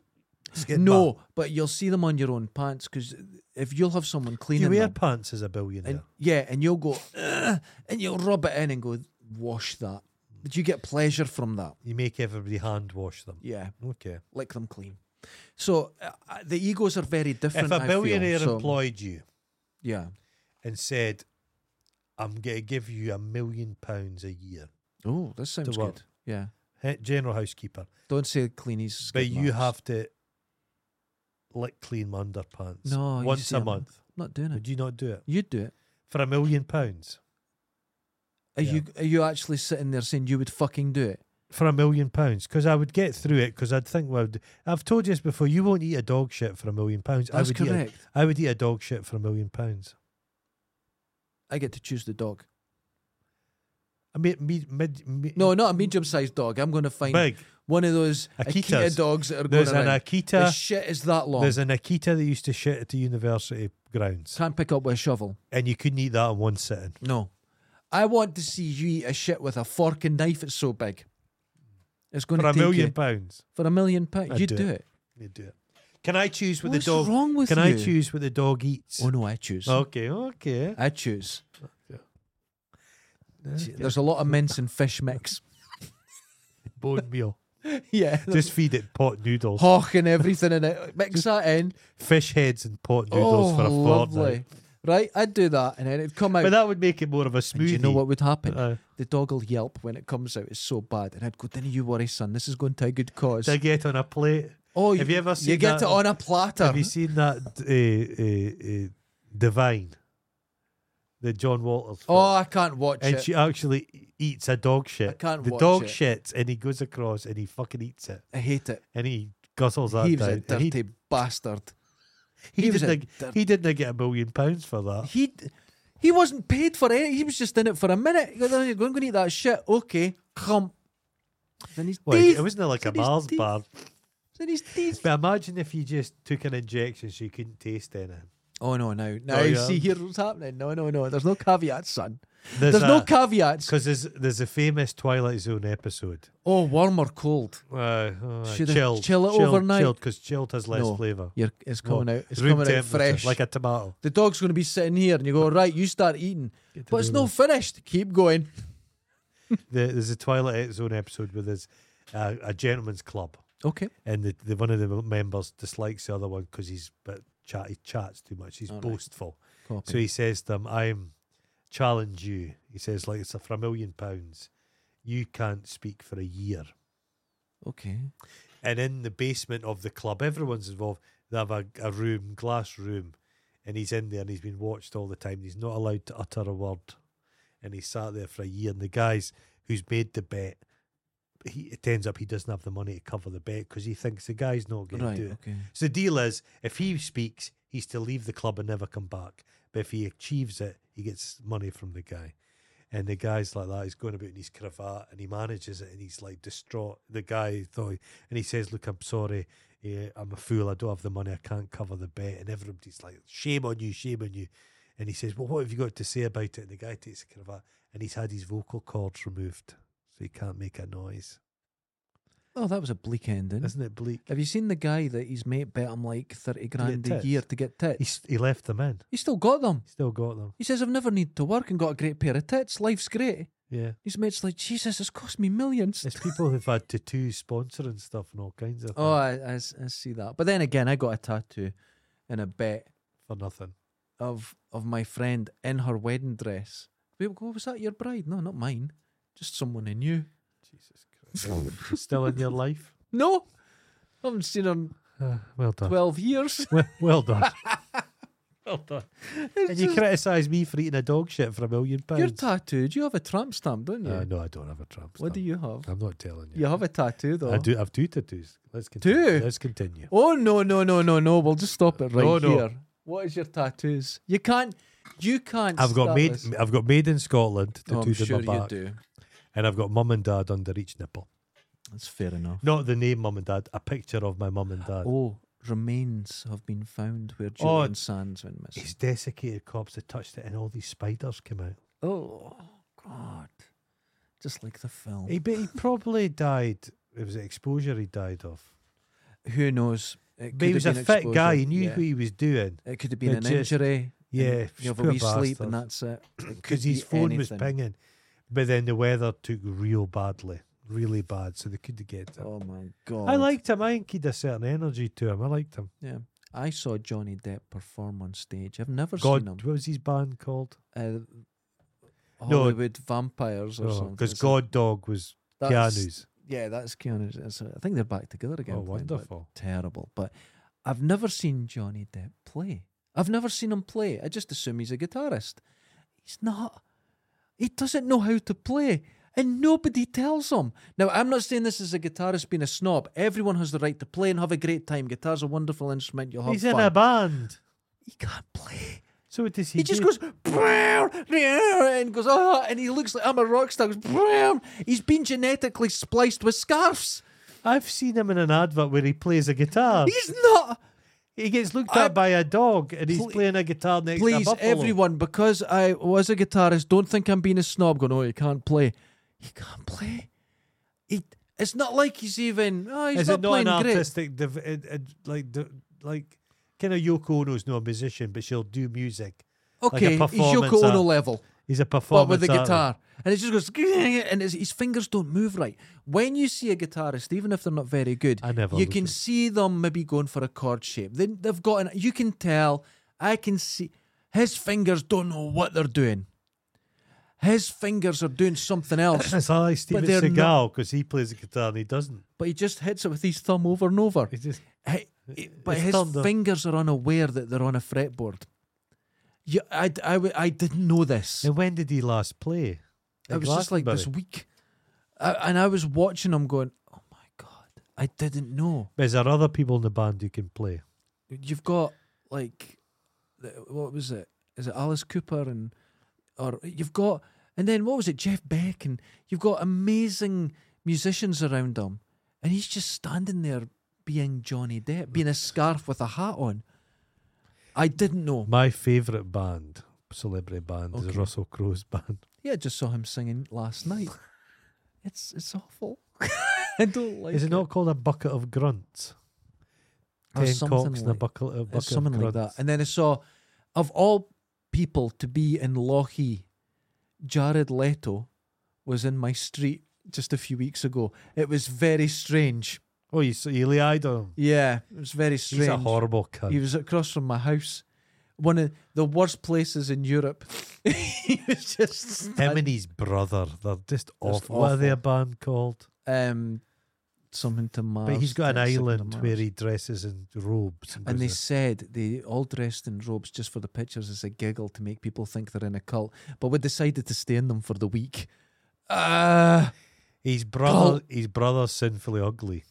B: skid
A: no,
B: mark?
A: but you'll see them on your own pants because if you'll have someone
B: Do
A: cleaning
B: you wear
A: them,
B: pants as a billionaire?
A: and yeah, and you'll go "Ugh," and you'll rub it in and go wash that. Did you get pleasure from that?
B: you make everybody hand wash them.
A: Yeah,
B: Okay.
A: lick them clean. So uh, uh, the egos are very different.
B: if a billionaire
A: I feel, so-
B: employed you
A: yeah.
B: and said, "I'm going to give you a million pounds a year,
A: Oh, that sounds
B: what?
A: good. Yeah,
B: he- general housekeeper,
A: don't say clean his.
B: but
A: skid
B: you
A: marks.
B: have to lick clean my underpants
A: No, you
B: once
A: see,
B: a
A: I'm-
B: month."
A: I'm not doing it.
B: Would you not do it
A: You do it.
B: for a million pounds?
A: Are
B: Yeah.
A: you are you actually sitting there saying you would fucking do it?
B: For a million pounds, because I would get through it. Because I'd think, well, d- I've told you this before. You won't eat a dog shit for a million pounds. I
A: That's
B: would Eat
A: correct.
B: a, I would eat a dog shit for a million pounds.
A: I get to choose the dog.
B: I mean, me, mid, me,
A: No, not a medium-sized dog. I'm going to find
B: Mm. big.
A: one of those Akita
B: Akitas.
A: dogs that are going
B: There's
A: around.
B: an
A: The
B: Akita.
A: shit is that long.
B: There's an Akita that used to shit at the university grounds,
A: Can't pick up with a shovel.
B: and you couldn't eat that in one sitting.
A: No. I want to see you eat a shit with a fork and knife. It's so big. It's going
B: for
A: to
B: a
A: take
B: million
A: you
B: pounds.
A: for a million pounds.
B: I'd
A: You'd
B: do
A: do, it.
B: You do it. Can I choose what
A: What's
B: the dog?
A: wrong with
B: Can
A: you?
B: I choose what the dog eats?
A: Oh no, I choose.
B: Okay, okay.
A: I choose.
B: okay.
A: There's a lot of mince and fish mix.
B: bone meal.
A: yeah,
B: Just feed it pot noodles,
A: hawk and everything in it. Mix that in.
B: fish heads, and pot noodles
A: oh,
B: for a fortnight.
A: lovely. Right, I'd do that, and then it'd come out.
B: But that would make it more of a smoothie.
A: and do you know what would happen?
B: Uh,
A: the dog will yelp when it comes out. It's so bad, and I'd go, "Then you worry, son. This is going to a good cause."
B: to get on a plate.
A: oh,
B: have you ever
A: You
B: seen
A: get
B: that-
A: it on a platter.
B: Have you seen that uh, uh, uh, Divine, the John Walters? film?
A: Oh, I can't watch
B: and
A: it.
B: she actually e- eats a dog shit.
A: can't
B: the
A: watch
B: dog
A: it.
B: shits, and he goes across, and he fucking eats it,
A: I hate it.
B: and he guzzles that
A: He was
B: down.
A: a
B: and
A: dirty bastard.
B: he,
A: he was
B: didn't.
A: a dir-
B: he didn't get a million pounds for that.
A: He he wasn't paid for it. He was just in it for a minute. He goes, "Oh, You're going to eat that shit, okay? Come. Then his
B: Well,
A: teeth.
B: it wasn't like a
A: It's in his
B: Mars
A: teeth.
B: bar.
A: then his teeth.
B: But imagine if you just took an injection so you couldn't taste anything.
A: Oh no, no, no.
B: Oh, yeah.
A: See, here's what's happening. No, no, no. There's no caveats, son.
B: There's,
A: There's no
B: a-
A: caveats.
B: 'cause there's there's a famous Twilight Zone episode.
A: Oh, warm or cold?
B: Uh, oh,
A: Should I
B: chilled,
A: chill it
B: chilled,
A: overnight?
B: Chilled because chilled has less
A: No.
B: flavour.
A: You're, it's coming
B: No,
A: out. It's
B: room
A: coming out
B: temperature,
A: fresh.
B: like a tomato.
A: the dog's going to be sitting here, and you go right. You start eating,
B: Get the
A: but it's
B: room
A: not finished. Keep going.
B: The, there's a Twilight Zone episode where there's uh, a gentleman's club,
A: Okay.
B: and the, the one of the members dislikes the other one because he's a bit chat, he chats too much. He's
A: All right.
B: boastful,
A: Copy.
B: so he says to him, "I'm challenge you." He says, "Like it's for a million pounds, you can't speak for a year."
A: okay.
B: and in the basement of the club, everyone's involved. They have a, a room, glass room, and he's in there and he's been watched all the time. He's not allowed to utter a word, and he sat there for a year. And the guys who's made the bet, he it ends up he doesn't have the money to cover the bet because he thinks the guy's not going
A: Right.
B: to do it.
A: Okay.
B: So the deal is, if he speaks, he's to leave the club and never come back. But if he achieves it, he gets money from the guy. And the guy's like that. He's going about in his cravat and he manages it and he's like distraught. The guy thought, and he says, Look, I'm sorry. eh, I'm a fool. I don't have the money. I can't cover the bet. And everybody's like, Shame on you. Shame on you. And he says, Well, what have you got to say about it? And the guy takes the cravat and he's had his vocal cords removed. So he can't make a noise.
A: Oh, that was a bleak ending.
B: Isn't it bleak?
A: Have you seen the guy that he's mate bet him like thirty grand a
B: tits?
A: year to get tits? He's,
B: He's, he left them in.
A: still got them.
B: Still got them.
A: He says, "I've never needed to work and got a great pair of tits. Life's great."
B: Yeah.
A: His mate's like, "Jesus, it's cost me millions.
B: It's people who've had tattoos sponsoring stuff and all kinds of
A: Oh,
B: things
A: I, I s- I see that. But then again, I got a tattoo and a bet
B: for nothing.
A: of of my friend in her wedding dress. People go, "Was that your bride?" No, not mine. Just someone I knew.
B: Jesus Christ. Still in your life?
A: No, I haven't seen her in
B: Uh, well done. Well,
A: twelve years.
B: well, done. well done.
A: It's
B: And you
A: just-
B: criticise me for eating a dog shit for a million pounds.
A: you're tattooed. You have a tramp stamp, don't you?
B: Uh, no, I don't have a tramp
A: what do
B: stamp.
A: you have?
B: I'm not telling you.
A: You have a tattoo though.
B: I do have two tattoos. Let's continue.
A: Two?
B: Let's continue.
A: Oh no no no no no! We'll just stop it right
B: No, no.
A: here. What is your tattoos? You can't. You can't.
B: I've got
A: start
B: made
A: this.
B: I've got made in Scotland
A: Oh,
B: tattoos
A: I'm sure
B: on my
A: you
B: back.
A: do.
B: And I've got mum and dad under each nipple.
A: That's fair enough.
B: Not the name mum and dad, a picture of my mum and dad.
A: Oh, remains have been found where
B: Oh,
A: Julian Sands went missing.
B: His desiccated corpse had touched it and all these spiders came out.
A: Oh God! Just like the film.
B: He, but he probably died. It was exposure he died of.
A: Who knows? It
B: But he
A: could
B: was a
A: have
B: fit
A: been exposure.
B: guy. He knew
A: Yeah.
B: what he was doing
A: It could have been
B: It
A: an
B: just-
A: injury. and
B: yeah,
A: you have a
B: poor
A: wee sleep, and
B: bastard.
A: that's it.
B: because
A: be
B: his phone was
A: anything.
B: pinging. But then the weather took real badly, really bad. So they couldn't get him.
A: Oh my God!
B: I liked him. I think he'd a certain energy to him. I liked him.
A: Yeah, I saw Johnny Depp perform on stage. I've never
B: God,
A: seen him.
B: what was his band called?
A: uh, Hollywood vampires or something.
B: because
A: It's
B: Oh, God Dog was
A: like, that's-
B: Keanu's.
A: Yeah, that's Keanu's. It's, uh, I think they're back together again.
B: Oh,
A: playing, but
B: wonderful.
A: Terrible, but I've never seen Johnny Depp play. I've never seen him play. I just assume he's a guitarist. He's not. He doesn't know how to play, and nobody tells him. Now, I'm not saying this as a guitarist being a snob. Everyone has the right to play and have a great time. Guitar's a wonderful instrument. You'll have
B: He's
A: fun.
B: in a band.
A: he can't play.
B: So what does he?
A: He just
B: do?
A: goes "Brow, meow," and goes oh, and he looks like I'm a rock star. He goes, "Brow." He's been genetically spliced with scarves.
B: I've seen him in an advert where he plays a guitar.
A: He's not.
B: He gets looked
A: I-
B: at by a dog, and he's
A: Pl-
B: playing a guitar next to a
A: Please,
B: buffalo.
A: everyone, because I was a guitarist, don't think I'm being a snob. Going, oh, he can't play. He can't play. He It's not like he's even. Oh, he's
B: Is
A: not
B: it not
A: playing
B: an
A: great.
B: artistic, div- it, it, like, d like kind of Yoko Ono's not a musician, but she'll do music. a
A: Okay, he's
B: performance
A: Yoko Ono
B: art.
A: level,
B: He's a performer.
A: but with the guitar, and it just goes, and his, his fingers don't move right. When you see a guitarist, even if they're not very good,
B: I never
A: you
B: would
A: can
B: be.
A: see them maybe going for a chord shape. They, they've got an. You can tell. I can see his fingers don't know what they're doing. His fingers are doing something else,
B: It's like Steven
A: they're not-
B: Seagal because he plays the guitar and he doesn't.
A: but he just hits it with his thumb over and over.
B: He just
A: He- he- but
B: It's
A: his
B: thunder.
A: fingers are unaware that they're on a fretboard. Yeah, I, I, I didn't know this.
B: And when did he last play?
A: It was just like this
B: Glastonbury?
A: week, I, and I was watching him going, "Oh my god, I didn't know."
B: Is there other people in the band who can play?
A: You've got like, the- what was it? Is it Alice Cooper and, or you've got, and then what was it? Jeff Beck and you've got amazing musicians around him, and he's just standing there being Johnny Depp, being a scarf with a hat on. I didn't know.
B: My favourite band, celebrity band, is
A: Okay.
B: Russell Crowe's band.
A: Yeah, I just saw him singing last night. It's it's awful. I don't like.
B: Is it not called a bucket of grunts?
A: Or
B: Ten
A: something
B: cocks and a
A: like-
B: bucket, a
A: It's
B: bucket
A: something
B: of
A: like
B: grunts.
A: that. And then I saw, of all people to be in Lochie, Jared Leto was in my street just a few weeks ago. It was very strange.
B: Oh, you, so you lay eyed on him.
A: Yeah, it was very strange.
B: He's a horrible cunt.
A: He was across from my house, one of the worst places in Europe. he was just
B: him and his brother, they're just awful. What are they a band called?
A: um something to Mars.
B: But he's got an
A: something to
B: island
A: Mars.
B: where he dresses in robes. And,
A: And they
B: goes
A: said they all dressed in robes just for the pictures as a giggle to make people think they're in a cult, but we decided to stay in them for the week. Uh,
B: there. his
A: Oh!
B: brother, his brother's sinfully ugly,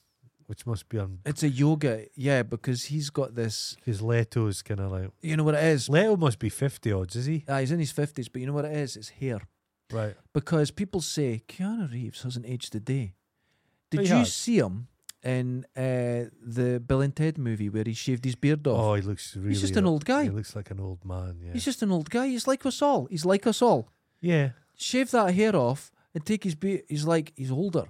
B: which must be on
A: it's a yoga, yeah, because he's got this.
B: because Leto's kind of like
A: You know what it is?
B: Leto must be fifty odds, is he?
A: Ah, he's in his 50s, but you know what it is? It's hair.
B: Right.
A: Because people say Keanu Reeves hasn't aged a day. Did
B: He
A: you
B: has.
A: see him in uh, the Bill and Ted movie where he shaved his beard off?
B: Oh, he looks really.
A: just an old guy.
B: He looks like an old man. Yeah.
A: He's just an old guy. He's like us all. He's like us all.
B: yeah.
A: Shave that hair off and take his beard. He's like, he's older.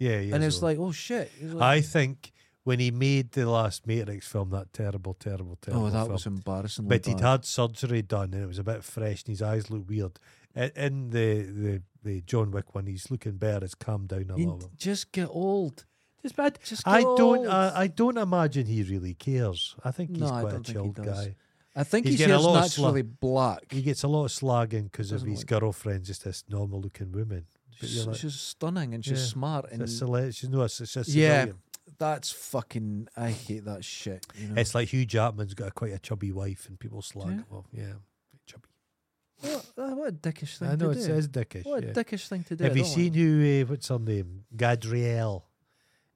B: Yeah. he
A: and
B: is
A: it's
B: old.
A: like, oh shit. He's like,
B: I think when he made the last Matrix film, that terrible, terrible, terrible.
A: oh, that
B: film,
A: was embarrassing.
B: But he'd had surgery done and it was a bit fresh and his eyes look weird. I- In the, the, the John Wick one, he's looking better. It's calmed down a little.
A: just get old. Just bad. uh, Just get
B: I don't.
A: old.
B: I, I don't imagine he really cares. I think he's
A: No, I
B: quite a
A: don't think he
B: chilled
A: does.
B: guy.
A: I think
B: he's
A: his
B: getting a
A: hair's
B: lot of slu-
A: naturally black.
B: He gets a lot of slagging because of
A: Doesn't
B: his
A: like-
B: girlfriend, just this normal-looking woman. But
A: she's,
B: you're like,
A: she's stunning and she's
B: Yeah.
A: smart
B: it's a
A: and
B: cele- she's no, it's it's a
A: yeah.
B: civilian.
A: That's fucking. I hate that shit. You know?
B: It's like Hugh Jackman's got a, quite a chubby wife, and people slag
A: Yeah.
B: him off. Yeah, chubby.
A: what, uh, what a dickish thing
B: I
A: to
B: know it
A: do.
B: says dickish.
A: what a
B: yeah.
A: dickish thing to do. I
B: Have you
A: don't like
B: seen
A: it.
B: who? Uh, what's her name? Gadriel,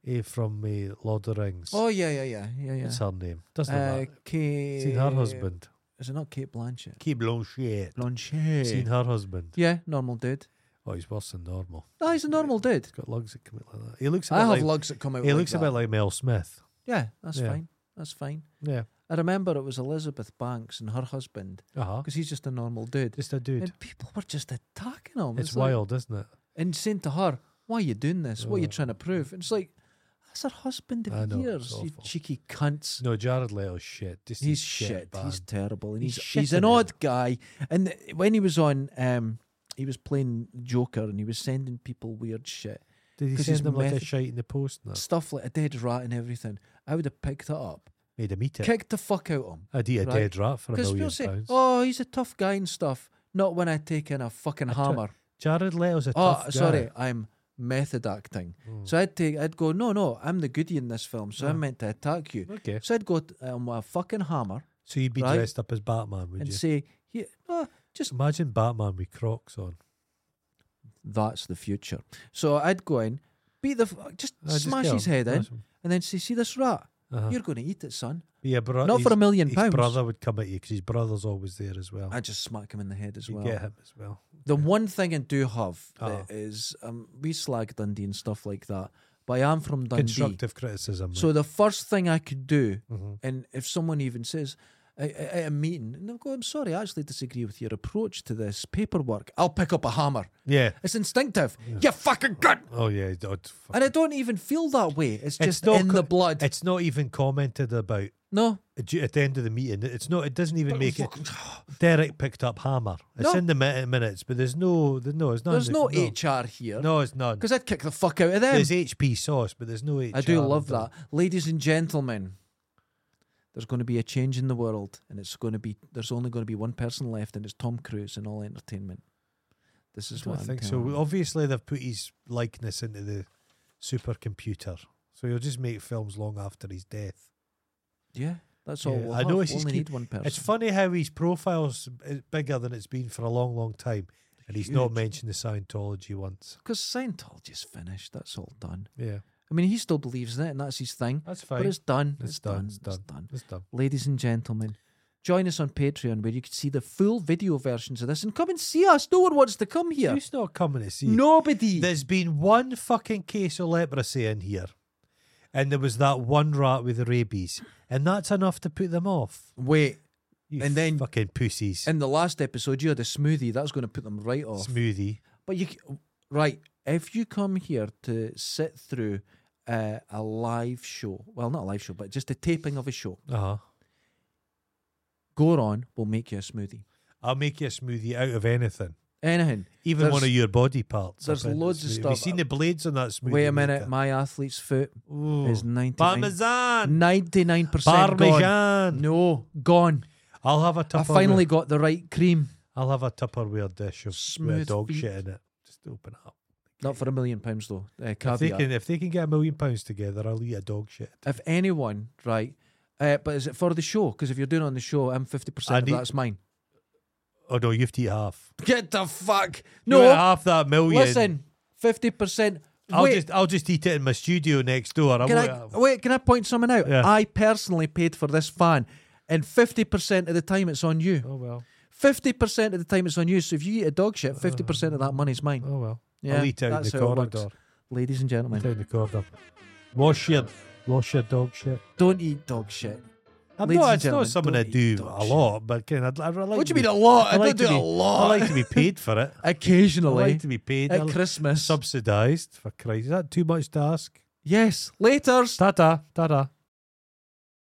B: eh, from uh, Lord of the Rings.
A: Oh yeah, yeah, yeah, yeah, yeah.
B: What's her name? Doesn't
A: Uh,
B: matter.
A: Kate.
B: Seen her husband.
A: Is it not Kate Blanchett?
B: Kate Blanchett.
A: Blanchett.
B: Seen her husband.
A: Yeah, normal dude.
B: Oh, he's worse than normal.
A: No, he's a normal dude.
B: He's got lugs that come out like that. He looks. A bit
A: I have
B: like,
A: lugs that come out.
B: He
A: like
B: looks
A: that.
B: a bit like Mel Smith.
A: Yeah, that's
B: Yeah.
A: fine. That's fine.
B: Yeah.
A: I remember it was Elizabeth Banks and her husband
B: Uh huh.
A: because he's just a normal dude.
B: Just a dude.
A: And people were just attacking him.
B: it's
A: like-
B: wild, isn't it?
A: and saying to her, Why are you doing this? What are you
B: Oh.
A: trying to prove? And it's like, That's her husband
B: I
A: of
B: know, it's
A: years, you
B: awful.
A: cheeky cunts.
B: No, Jared Leto's shit. Just
A: He's
B: his
A: shit.
B: band.
A: He's terrible. And
B: He's
A: he's, he's,
B: shit
A: an
B: in it.
A: odd guy. And th- when he was on, um, he was playing Joker and he was sending people weird shit.
B: Did he
A: 'cause he's
B: send him like a
A: method-
B: shite in the post? and that?
A: Stuff like a dead rat and everything. I would have picked it up,
B: Made him eat it.
A: kicked the fuck out of him.
B: I'd eat a
A: right?
B: dead rat for a
A: Because
B: million
A: people say,
B: pounds.
A: "Oh, he's a tough guy and stuff." Not when I take in a fucking
B: A tou-
A: hammer.
B: Jared Leto's a
A: Oh,
B: tough guy. Hmm.
A: sorry, I'm method acting. So I'd take, I'd go, "No, no, I'm the goodie in this film, so I'm meant to attack you."
B: Okay.
A: So I'd go t- um, with a fucking hammer
B: So you'd be
A: Right.
B: dressed up as Batman, would
A: and
B: you?
A: say, "Yeah, no, just
B: Imagine Batman with Crocs on.
A: that's the future." So I'd go in, beat the, f- just
B: Ah, just
A: smash
B: kill
A: his
B: him.
A: head in,
B: Smash him.
A: and then say, "See this rat?
B: Uh-huh.
A: You're going to eat it, son."
B: Yeah, bro,
A: Not for a
B: his-
A: million
B: his
A: pounds.
B: brother would come at you because his brother's always there as well.
A: I just smack him in the head as
B: you
A: well.
B: get him as well.
A: The one thing I do have that
B: Uh-huh.
A: is um, we slag Dundee and stuff like that, but I am from Dundee.
B: Constructive criticism.
A: So the first thing I could do,
B: Mhm.
A: and if someone even says, at, at a meeting and they'll go, I'm sorry, I actually disagree with your approach to this paperwork. I'll pick up a hammer.
B: Yeah.
A: It's instinctive. You fucking good.
B: Oh yeah. it's- oh, it's fuck.
A: And I don't even feel that way. It's just
B: not
A: in
B: co-
A: the blood.
B: It's not even commented about
A: no.
B: at at the end of the meeting. It's not. It doesn't even make it. Derek picked up hammer. It's
A: No.
B: in the mi- minutes, but there's no. There's no. There's, none
A: There's
B: that-
A: no, HR here.
B: No, it's none.
A: Because I'd kick the fuck out of them.
B: There's HP sauce, but there's no HR.
A: I do love that.
B: involved.
A: Ladies and gentlemen, there's going to be a change in the world, and it's going to be there's only going to be one person left, and it's Tom Cruise in all entertainment. This
B: I
A: is what
B: don't
A: I'm
B: think so.
A: telling you.
B: Obviously, they've put his likeness into the supercomputer, so he'll just make films long after his death.
A: Yeah, that's all.
B: Yeah,
A: we'll
B: I
A: have.
B: notice
A: We
B: he's
A: only
B: keep-
A: need one person.
B: It's funny how his profile's b- bigger than it's been for a long, long time, and he's not
A: Huge.
B: mentioned the Scientology once.
A: because Scientology's finished. That's all done.
B: Yeah,
A: I mean, he still believes in it, and that's his thing.
B: that's
A: But
B: fine.
A: it's done.
B: It's done, it's
A: It's done.
B: That's dumb.
A: ladies and gentlemen, join us on Patreon where you can see the full video versions of this and come and see us. No one wants to come here.
B: Who's not coming to see?
A: Nobody.
B: There's been one fucking case of leprosy in here, and there was that one rat with rabies, and that's enough to put them off.
A: Wait,
B: You
A: And then-
B: fucking pussies.
A: in the last episode you had a smoothie. That's going to put them right off.
B: Smoothie.
A: but you, c- right, if you come here to sit through uh, a live show, well, not a live show, but just a taping of a show,
B: Uh huh.
A: go on, we'll make you a smoothie.
B: I'll make you a smoothie out of anything,
A: Anything.
B: even
A: There's-
B: one of your body parts.
A: there's
B: I've been-
A: loads of
B: Have you
A: stuff.
B: seen the blades on that smoothie?
A: Wait a minute,
B: maker?
A: my athlete's foot
B: Ooh.
A: is 99,
B: Parmesan.
A: 99% gone.
B: Parmesan.
A: No, gone.
B: I'll have a
A: I
B: Tupperware.
A: finally got the right cream.
B: I'll have a Tupperware dish of
A: Smooth
B: with dog
A: feet.
B: shit in it. Just open it up.
A: Not for a million pounds though. Uh,
B: If they,
A: caveat.
B: can, if they can get a million pounds together, I'll eat a dog shit.
A: If anyone, right? Uh, but is it for the show? Because if you're doing it on the show, I'm fifty
B: I
A: percent. of
B: need-
A: That's mine.
B: Oh no, you have to eat half.
A: Get the fuck.
B: you eat
A: No,
B: half that million.
A: listen. Fifty percent.
B: I'll
A: Wait,
B: just I'll just eat it in my studio next door. I
A: can
B: won't
A: I
B: have-
A: wait? Can I point something out?
B: Yeah.
A: I personally paid for this fan, and fifty percent of the time it's on you.
B: Oh well,
A: Fifty percent of the time it's on you. So if you eat a dog shit, fifty percent of that money's mine.
B: oh well.
A: Yeah,
B: Uh, I'll eat out in
A: that's
B: the
A: how it works.
B: corridor.
A: Ladies and
B: Eat out
A: gentlemen,
B: in the corridor. Wash your wash your dog shit.
A: don't eat dog shit.
B: I'm
A: Ladies
B: not,
A: and
B: it's not
A: gentlemen,
B: something I
A: don't
B: do
A: eat
B: a
A: dog shit.
B: lot, but can I'd, I'd like.
A: What do
B: to
A: you mean
B: be-
A: a lot? I,
B: like
A: don't do
B: to
A: a
B: be-
A: lot.
B: I like to be paid for it. I
A: Occasionally,
B: like to be paid.
A: at Christmas.
B: subsidised for Christ. Is that too much to ask?
A: yes, later.
B: Ta ta ta ta.